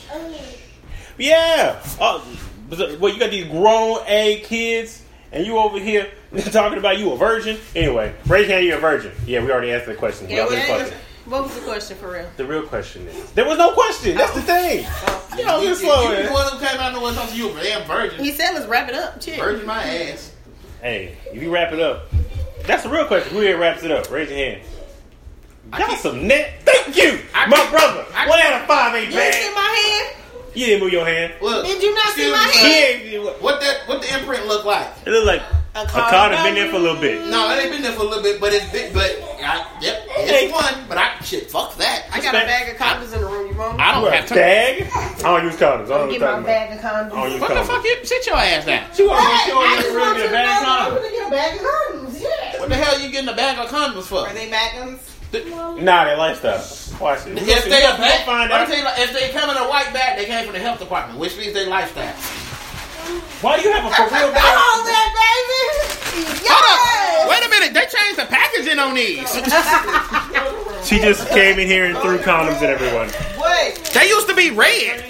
Speaker 1: Yeah. Oh, but- well, you got these grown A kids, and you over here [laughs] talking about you a virgin. Anyway, raise your hand. You a virgin? Yeah, we already answered the question. We
Speaker 2: Yeah,
Speaker 1: already
Speaker 2: what,
Speaker 1: fucked it.
Speaker 2: what was the question for real?
Speaker 1: The real question is, there was no question. That's the thing. Yo, you're
Speaker 4: You- you-
Speaker 1: slow.
Speaker 4: You
Speaker 1: man.
Speaker 4: the one who came out and was talking to you, damn virgin.
Speaker 2: He said, "Let's wrap it up." Cheers.
Speaker 4: Virgin my ass.
Speaker 1: Hey, if you wrap it up, that's the real question. Who here wraps it up? Raise your hand. Got some net. Thank you,
Speaker 4: I
Speaker 1: my
Speaker 4: can't-
Speaker 1: brother.
Speaker 4: I
Speaker 1: One out of five ain't
Speaker 2: You didn't see
Speaker 1: bad.
Speaker 2: my hand?
Speaker 1: You didn't move your hand.
Speaker 4: Look,
Speaker 2: Did you not see
Speaker 4: excuse
Speaker 2: my
Speaker 4: me,
Speaker 2: hand?
Speaker 1: He
Speaker 4: sir.
Speaker 1: ain't-
Speaker 4: What that? What the imprint look like?
Speaker 1: It looked like a
Speaker 2: car.
Speaker 1: car had been there for a little bit.
Speaker 4: No, it ain't been there for a little bit, but it's big. But I, yep,
Speaker 1: Hey.
Speaker 4: it's one. But I shit, fuck that.
Speaker 2: I got a bag of
Speaker 4: I, I don't
Speaker 1: What,
Speaker 4: have time.
Speaker 1: Bag? I don't use condoms. I don't
Speaker 2: Get
Speaker 1: use
Speaker 2: my
Speaker 1: condoms.
Speaker 2: bag of
Speaker 1: I don't
Speaker 2: condoms.
Speaker 1: use
Speaker 4: What the
Speaker 1: condoms.
Speaker 4: fuck? You, sit your ass down.
Speaker 1: You want
Speaker 2: Hey,
Speaker 1: to you
Speaker 2: I
Speaker 1: want to
Speaker 2: just
Speaker 1: really
Speaker 2: want
Speaker 1: Oh, get
Speaker 2: you
Speaker 1: a
Speaker 2: to
Speaker 1: bag
Speaker 2: know
Speaker 1: of
Speaker 2: I'm gonna get a bag of condoms. Yeah.
Speaker 4: What the hell you getting a bag of condoms for?
Speaker 3: Are they Magnums?
Speaker 1: condoms? Nah, they lifestyle. Watch it.
Speaker 4: If they
Speaker 1: You'll
Speaker 4: a bag,
Speaker 1: find
Speaker 4: I'm
Speaker 1: out.
Speaker 4: telling you, like, if they come in a white bag, they came from the health department, which means they lifestyle.
Speaker 1: Why do you have a for real
Speaker 2: [laughs] Come
Speaker 1: bag?
Speaker 2: on, there, baby.
Speaker 4: Hold up.
Speaker 2: Yes.
Speaker 4: Wait a minute. They changed the packaging
Speaker 2: [laughs]
Speaker 4: on these.
Speaker 1: She just came in here and threw condoms at everyone.
Speaker 3: What?
Speaker 4: They used to be red.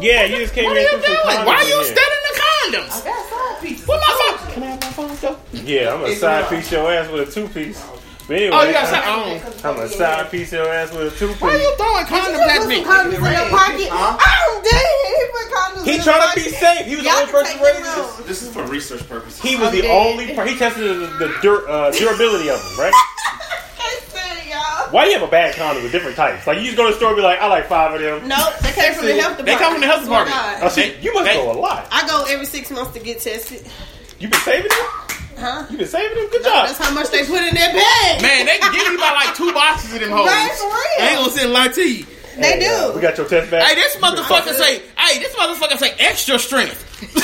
Speaker 1: Yeah, you just came
Speaker 4: What are
Speaker 1: in
Speaker 4: you
Speaker 1: and threw some
Speaker 4: doing?
Speaker 1: condoms
Speaker 4: Why are
Speaker 1: in
Speaker 4: you
Speaker 1: here.
Speaker 4: still in the condoms?
Speaker 2: That's all pieces.
Speaker 4: What my phone? Can I have my phone though?
Speaker 1: Yeah, I'm gonna side piece your ass with a two piece. But anyway,
Speaker 4: Oh, you got something on.
Speaker 1: I'm gonna side piece your ass with a two
Speaker 4: Why are
Speaker 1: piece.
Speaker 4: you throwing condoms
Speaker 2: Put
Speaker 4: at
Speaker 2: some
Speaker 4: me?
Speaker 2: condoms in your pocket. I'm dead. He put condoms in
Speaker 1: He
Speaker 2: his
Speaker 1: trying to be
Speaker 2: pocket.
Speaker 1: safe. He was the
Speaker 2: Y'all
Speaker 1: only
Speaker 2: can
Speaker 1: person
Speaker 2: take them
Speaker 1: raising this.
Speaker 2: [laughs] out.
Speaker 5: This is for research purposes.
Speaker 1: He was
Speaker 2: I'm
Speaker 1: the
Speaker 2: dead.
Speaker 1: only. per- He tested the, the dur- uh, durability of them, right?
Speaker 2: Can't say it, y'all.
Speaker 1: Why do you have a bag condom with different types? Like you just go to the store and be like, I like five of them.
Speaker 2: Nope, they came from the health department.
Speaker 4: They come from the health
Speaker 2: Swear to
Speaker 4: department.
Speaker 1: Oh,
Speaker 2: God.
Speaker 1: see, you must
Speaker 4: Hey.
Speaker 1: know a lot.
Speaker 2: I go every six months to get tested.
Speaker 1: You been saving them?
Speaker 2: Huh?
Speaker 1: You been saving them? Good
Speaker 2: That's
Speaker 1: job.
Speaker 2: how much they put in their bag.
Speaker 4: Man, they can give you about like two boxes of them hoes.
Speaker 2: Right, for real.
Speaker 4: I ain't gonna sit and lie to you.
Speaker 2: they
Speaker 1: Hey, uh,
Speaker 2: do.
Speaker 1: we got your test back.
Speaker 4: Hey, this motherfucker say, hey, this motherfucker say extra strength.
Speaker 2: it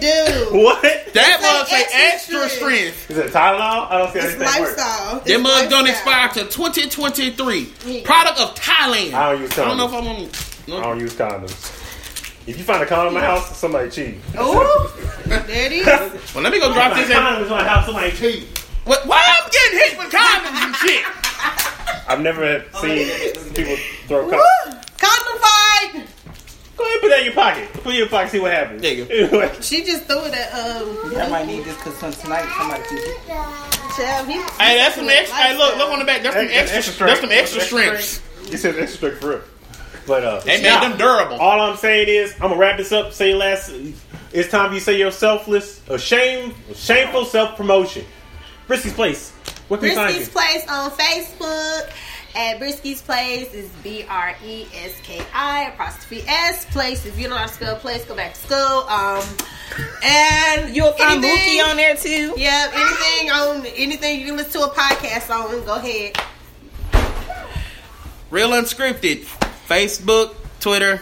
Speaker 2: do.
Speaker 1: what?
Speaker 4: That
Speaker 2: They say
Speaker 4: mug say
Speaker 2: extra
Speaker 4: extra
Speaker 2: strength.
Speaker 4: strength.
Speaker 1: Is it Tylenol? I don't see
Speaker 2: It's
Speaker 1: anything work.
Speaker 2: lifestyle. It's
Speaker 4: That mug don't
Speaker 2: lifestyle.
Speaker 4: expire till 2023.
Speaker 2: Yeah.
Speaker 4: Product of Thailand.
Speaker 1: I don't use
Speaker 4: I don't know if
Speaker 1: condoms.
Speaker 4: I'm on.
Speaker 1: I
Speaker 4: No.
Speaker 1: don't use condoms. If you find a condom in my house, somebody cheat.
Speaker 2: Ooh, there it is.
Speaker 4: Well, let me go [laughs] drop this. In.
Speaker 1: in my house, somebody cheat.
Speaker 4: What, why I'm getting hit with condoms and shit?
Speaker 1: I've never
Speaker 2: Oh,
Speaker 1: seen people throw
Speaker 2: Woo!
Speaker 1: condoms.
Speaker 2: Condom fight.
Speaker 1: Go ahead, put that in your pocket. Put it in your pocket, see what happens.
Speaker 4: Nigga.
Speaker 1: Anyway.
Speaker 2: She just threw it at um.
Speaker 3: I might need this because tonight somebody just
Speaker 2: Chad, he-
Speaker 4: [laughs] Hey, that's some extra. Hey, look, look on the back. That's some
Speaker 1: Extra- extra
Speaker 4: extra. that's some
Speaker 1: strength.
Speaker 4: extra strengths.
Speaker 1: It says extra strict for real. But uh,
Speaker 4: They made them durable.
Speaker 1: all I'm saying is, I'm gonna wrap this up. Say your last. It's time you say your selfless, a shame, shameful self promotion. Brisky's place. What can we find you?
Speaker 2: Brisky's Place on Facebook. At Brisky's Place is B R E S K I apostrophe S place. If you don't know how to spell place, go back to school. Um, and
Speaker 3: You'll find
Speaker 2: anything-
Speaker 3: Mookie on there too.
Speaker 2: Yep, anything on anything you can listen to a podcast on, go ahead.
Speaker 4: Real unscripted. Facebook, Twitter,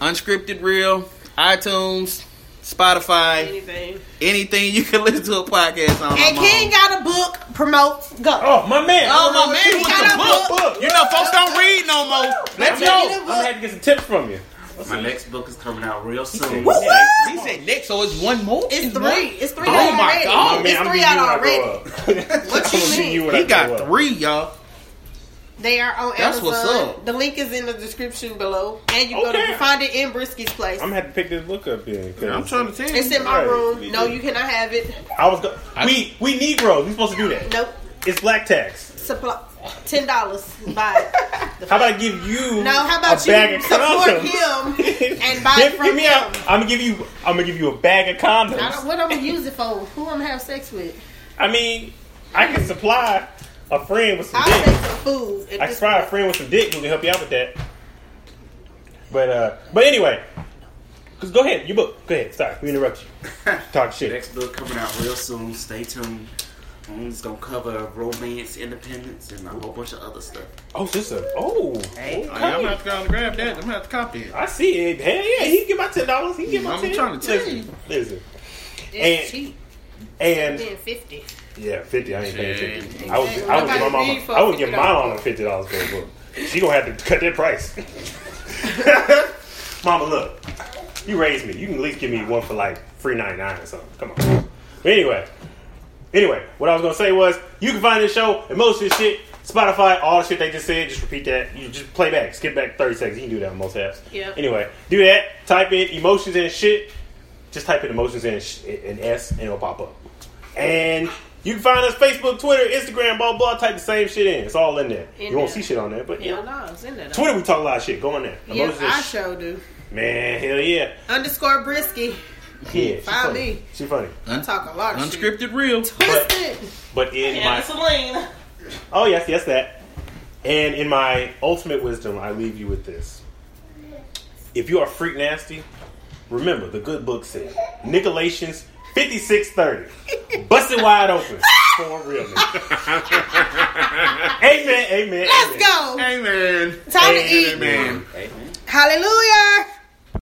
Speaker 4: unscripted real, iTunes, Spotify,
Speaker 2: Anything.
Speaker 4: anything you can [laughs] listen to a podcast on.
Speaker 2: And
Speaker 4: I'm on.
Speaker 2: King got a book. Promote. Go.
Speaker 1: Oh, my man.
Speaker 4: Oh my
Speaker 1: She
Speaker 4: man, with
Speaker 1: wants
Speaker 4: the
Speaker 1: a
Speaker 2: got
Speaker 4: book. You know, folks don't read no more. Let's
Speaker 1: I'm gonna-
Speaker 4: go.
Speaker 1: I'm gonna have to get some tips from you.
Speaker 5: My next book is coming out real soon.
Speaker 4: He said next, so it's one more.
Speaker 2: It's three. It's three
Speaker 4: Oh
Speaker 2: out
Speaker 4: my
Speaker 2: already.
Speaker 4: God,
Speaker 2: it's
Speaker 1: I'm
Speaker 2: three
Speaker 1: gonna
Speaker 2: out
Speaker 1: be you when I
Speaker 2: already.
Speaker 1: grow up. [laughs]
Speaker 2: [laughs]
Speaker 1: I'm
Speaker 2: What you
Speaker 1: gonna be
Speaker 2: mean?
Speaker 1: you when I
Speaker 4: He
Speaker 1: grow
Speaker 4: got
Speaker 1: up.
Speaker 4: three, y'all.
Speaker 2: They are on
Speaker 4: That's
Speaker 2: Amazon.
Speaker 4: what's up.
Speaker 2: The link is in the description below, and you go
Speaker 1: Okay.
Speaker 2: to find it in Brisky's place.
Speaker 1: I'm gonna have to pick this book up then. 'cause
Speaker 4: I'm trying to tell you.
Speaker 2: it's in my
Speaker 1: Right,
Speaker 2: room.
Speaker 1: me
Speaker 2: No,
Speaker 1: too.
Speaker 2: you cannot have it.
Speaker 1: I was. Go-
Speaker 4: I-
Speaker 1: we we Negroes. We supposed to do that.
Speaker 2: Nope.
Speaker 1: It's black tax.
Speaker 2: Supply ten dollars. Buy it.
Speaker 1: How about I give you?
Speaker 2: No, how about
Speaker 1: a bag
Speaker 2: you
Speaker 1: of
Speaker 2: support
Speaker 1: condoms? [laughs]
Speaker 2: him and buy it
Speaker 1: give,
Speaker 2: from
Speaker 1: give me
Speaker 2: him?
Speaker 1: out. I'm gonna give you. I'm gonna give you a bag of condoms.
Speaker 2: I
Speaker 1: I,
Speaker 2: don't, what I'm gonna use it for? Who I'm gonna have sex with?
Speaker 1: mean, I can supply a friend with some
Speaker 2: I'll take
Speaker 1: dick.
Speaker 2: some food. at
Speaker 1: I can
Speaker 2: this
Speaker 1: supply a
Speaker 2: point.
Speaker 1: friend with some dick who can help you out with that. But uh, but anyway, cause go ahead. You book. Go ahead. Sorry, we interrupt you.
Speaker 4: [laughs]
Speaker 1: Talk shit.
Speaker 5: Next book coming out real soon. Stay tuned. Um, It's gonna cover romance, independence, and a whole bunch of other stuff.
Speaker 1: Oh, this a oh.
Speaker 4: I'm gonna have to go and grab that. I'm gonna have to copy it.
Speaker 1: I see it. Hell yeah, he can get my ten dollars. He can get my
Speaker 4: I'm
Speaker 1: ten.
Speaker 4: trying to tell
Speaker 1: Listen,
Speaker 4: you.
Speaker 1: Listen,
Speaker 2: It's
Speaker 1: And-
Speaker 2: cheap.
Speaker 1: and
Speaker 2: Then fifty.
Speaker 1: Yeah, fifty. I ain't paying
Speaker 4: Shit.
Speaker 1: fifty. I would, I would give my mama. I would give my mama fifty dollars for a book. She gonna have to cut that price. [laughs] mama, look, you raised me. You can at least give me one for like free ninety nine or something. Come on. But anyway, anyway, what I was gonna say was you can find this show and most of this shit. Spotify, all the shit they just said, just repeat that. You just play back, skip back 30 seconds. You can do that on most apps.
Speaker 2: Yep.
Speaker 1: Anyway, do that. Type in emotions and shit. Just type in emotions and, sh- and S and it'll pop up. And you can find us Facebook, Twitter, Instagram, blah blah. Type the same shit in. It's all in there.
Speaker 2: In
Speaker 1: you won't
Speaker 2: there.
Speaker 1: see shit on there, but yeah.
Speaker 2: Hell no, it's in there. though.
Speaker 1: Twitter, we talk a lot of shit. Go on there.
Speaker 2: Yes,
Speaker 1: Emotions and
Speaker 2: I
Speaker 1: sh-
Speaker 2: sure do.
Speaker 1: Man, hell yeah.
Speaker 2: Underscore Brisky.
Speaker 1: Yeah, she
Speaker 2: Find
Speaker 1: funny.
Speaker 2: me.
Speaker 1: She funny.
Speaker 2: I talk a lot of shit.
Speaker 4: Unscripted real.
Speaker 1: But-
Speaker 2: Twisted.
Speaker 1: But in my
Speaker 3: Celine.
Speaker 1: oh yes, yes that. And in my ultimate wisdom, I leave you with this: If you are freak nasty, remember the good book said Nicolations fifty six [laughs] thirty, bust it wide open for a real nigga. Amen.
Speaker 7: amen.
Speaker 1: Let's
Speaker 7: amen.
Speaker 1: go.
Speaker 4: Amen.
Speaker 1: Time to eat.
Speaker 4: Amen.
Speaker 2: Amen.
Speaker 1: Hallelujah.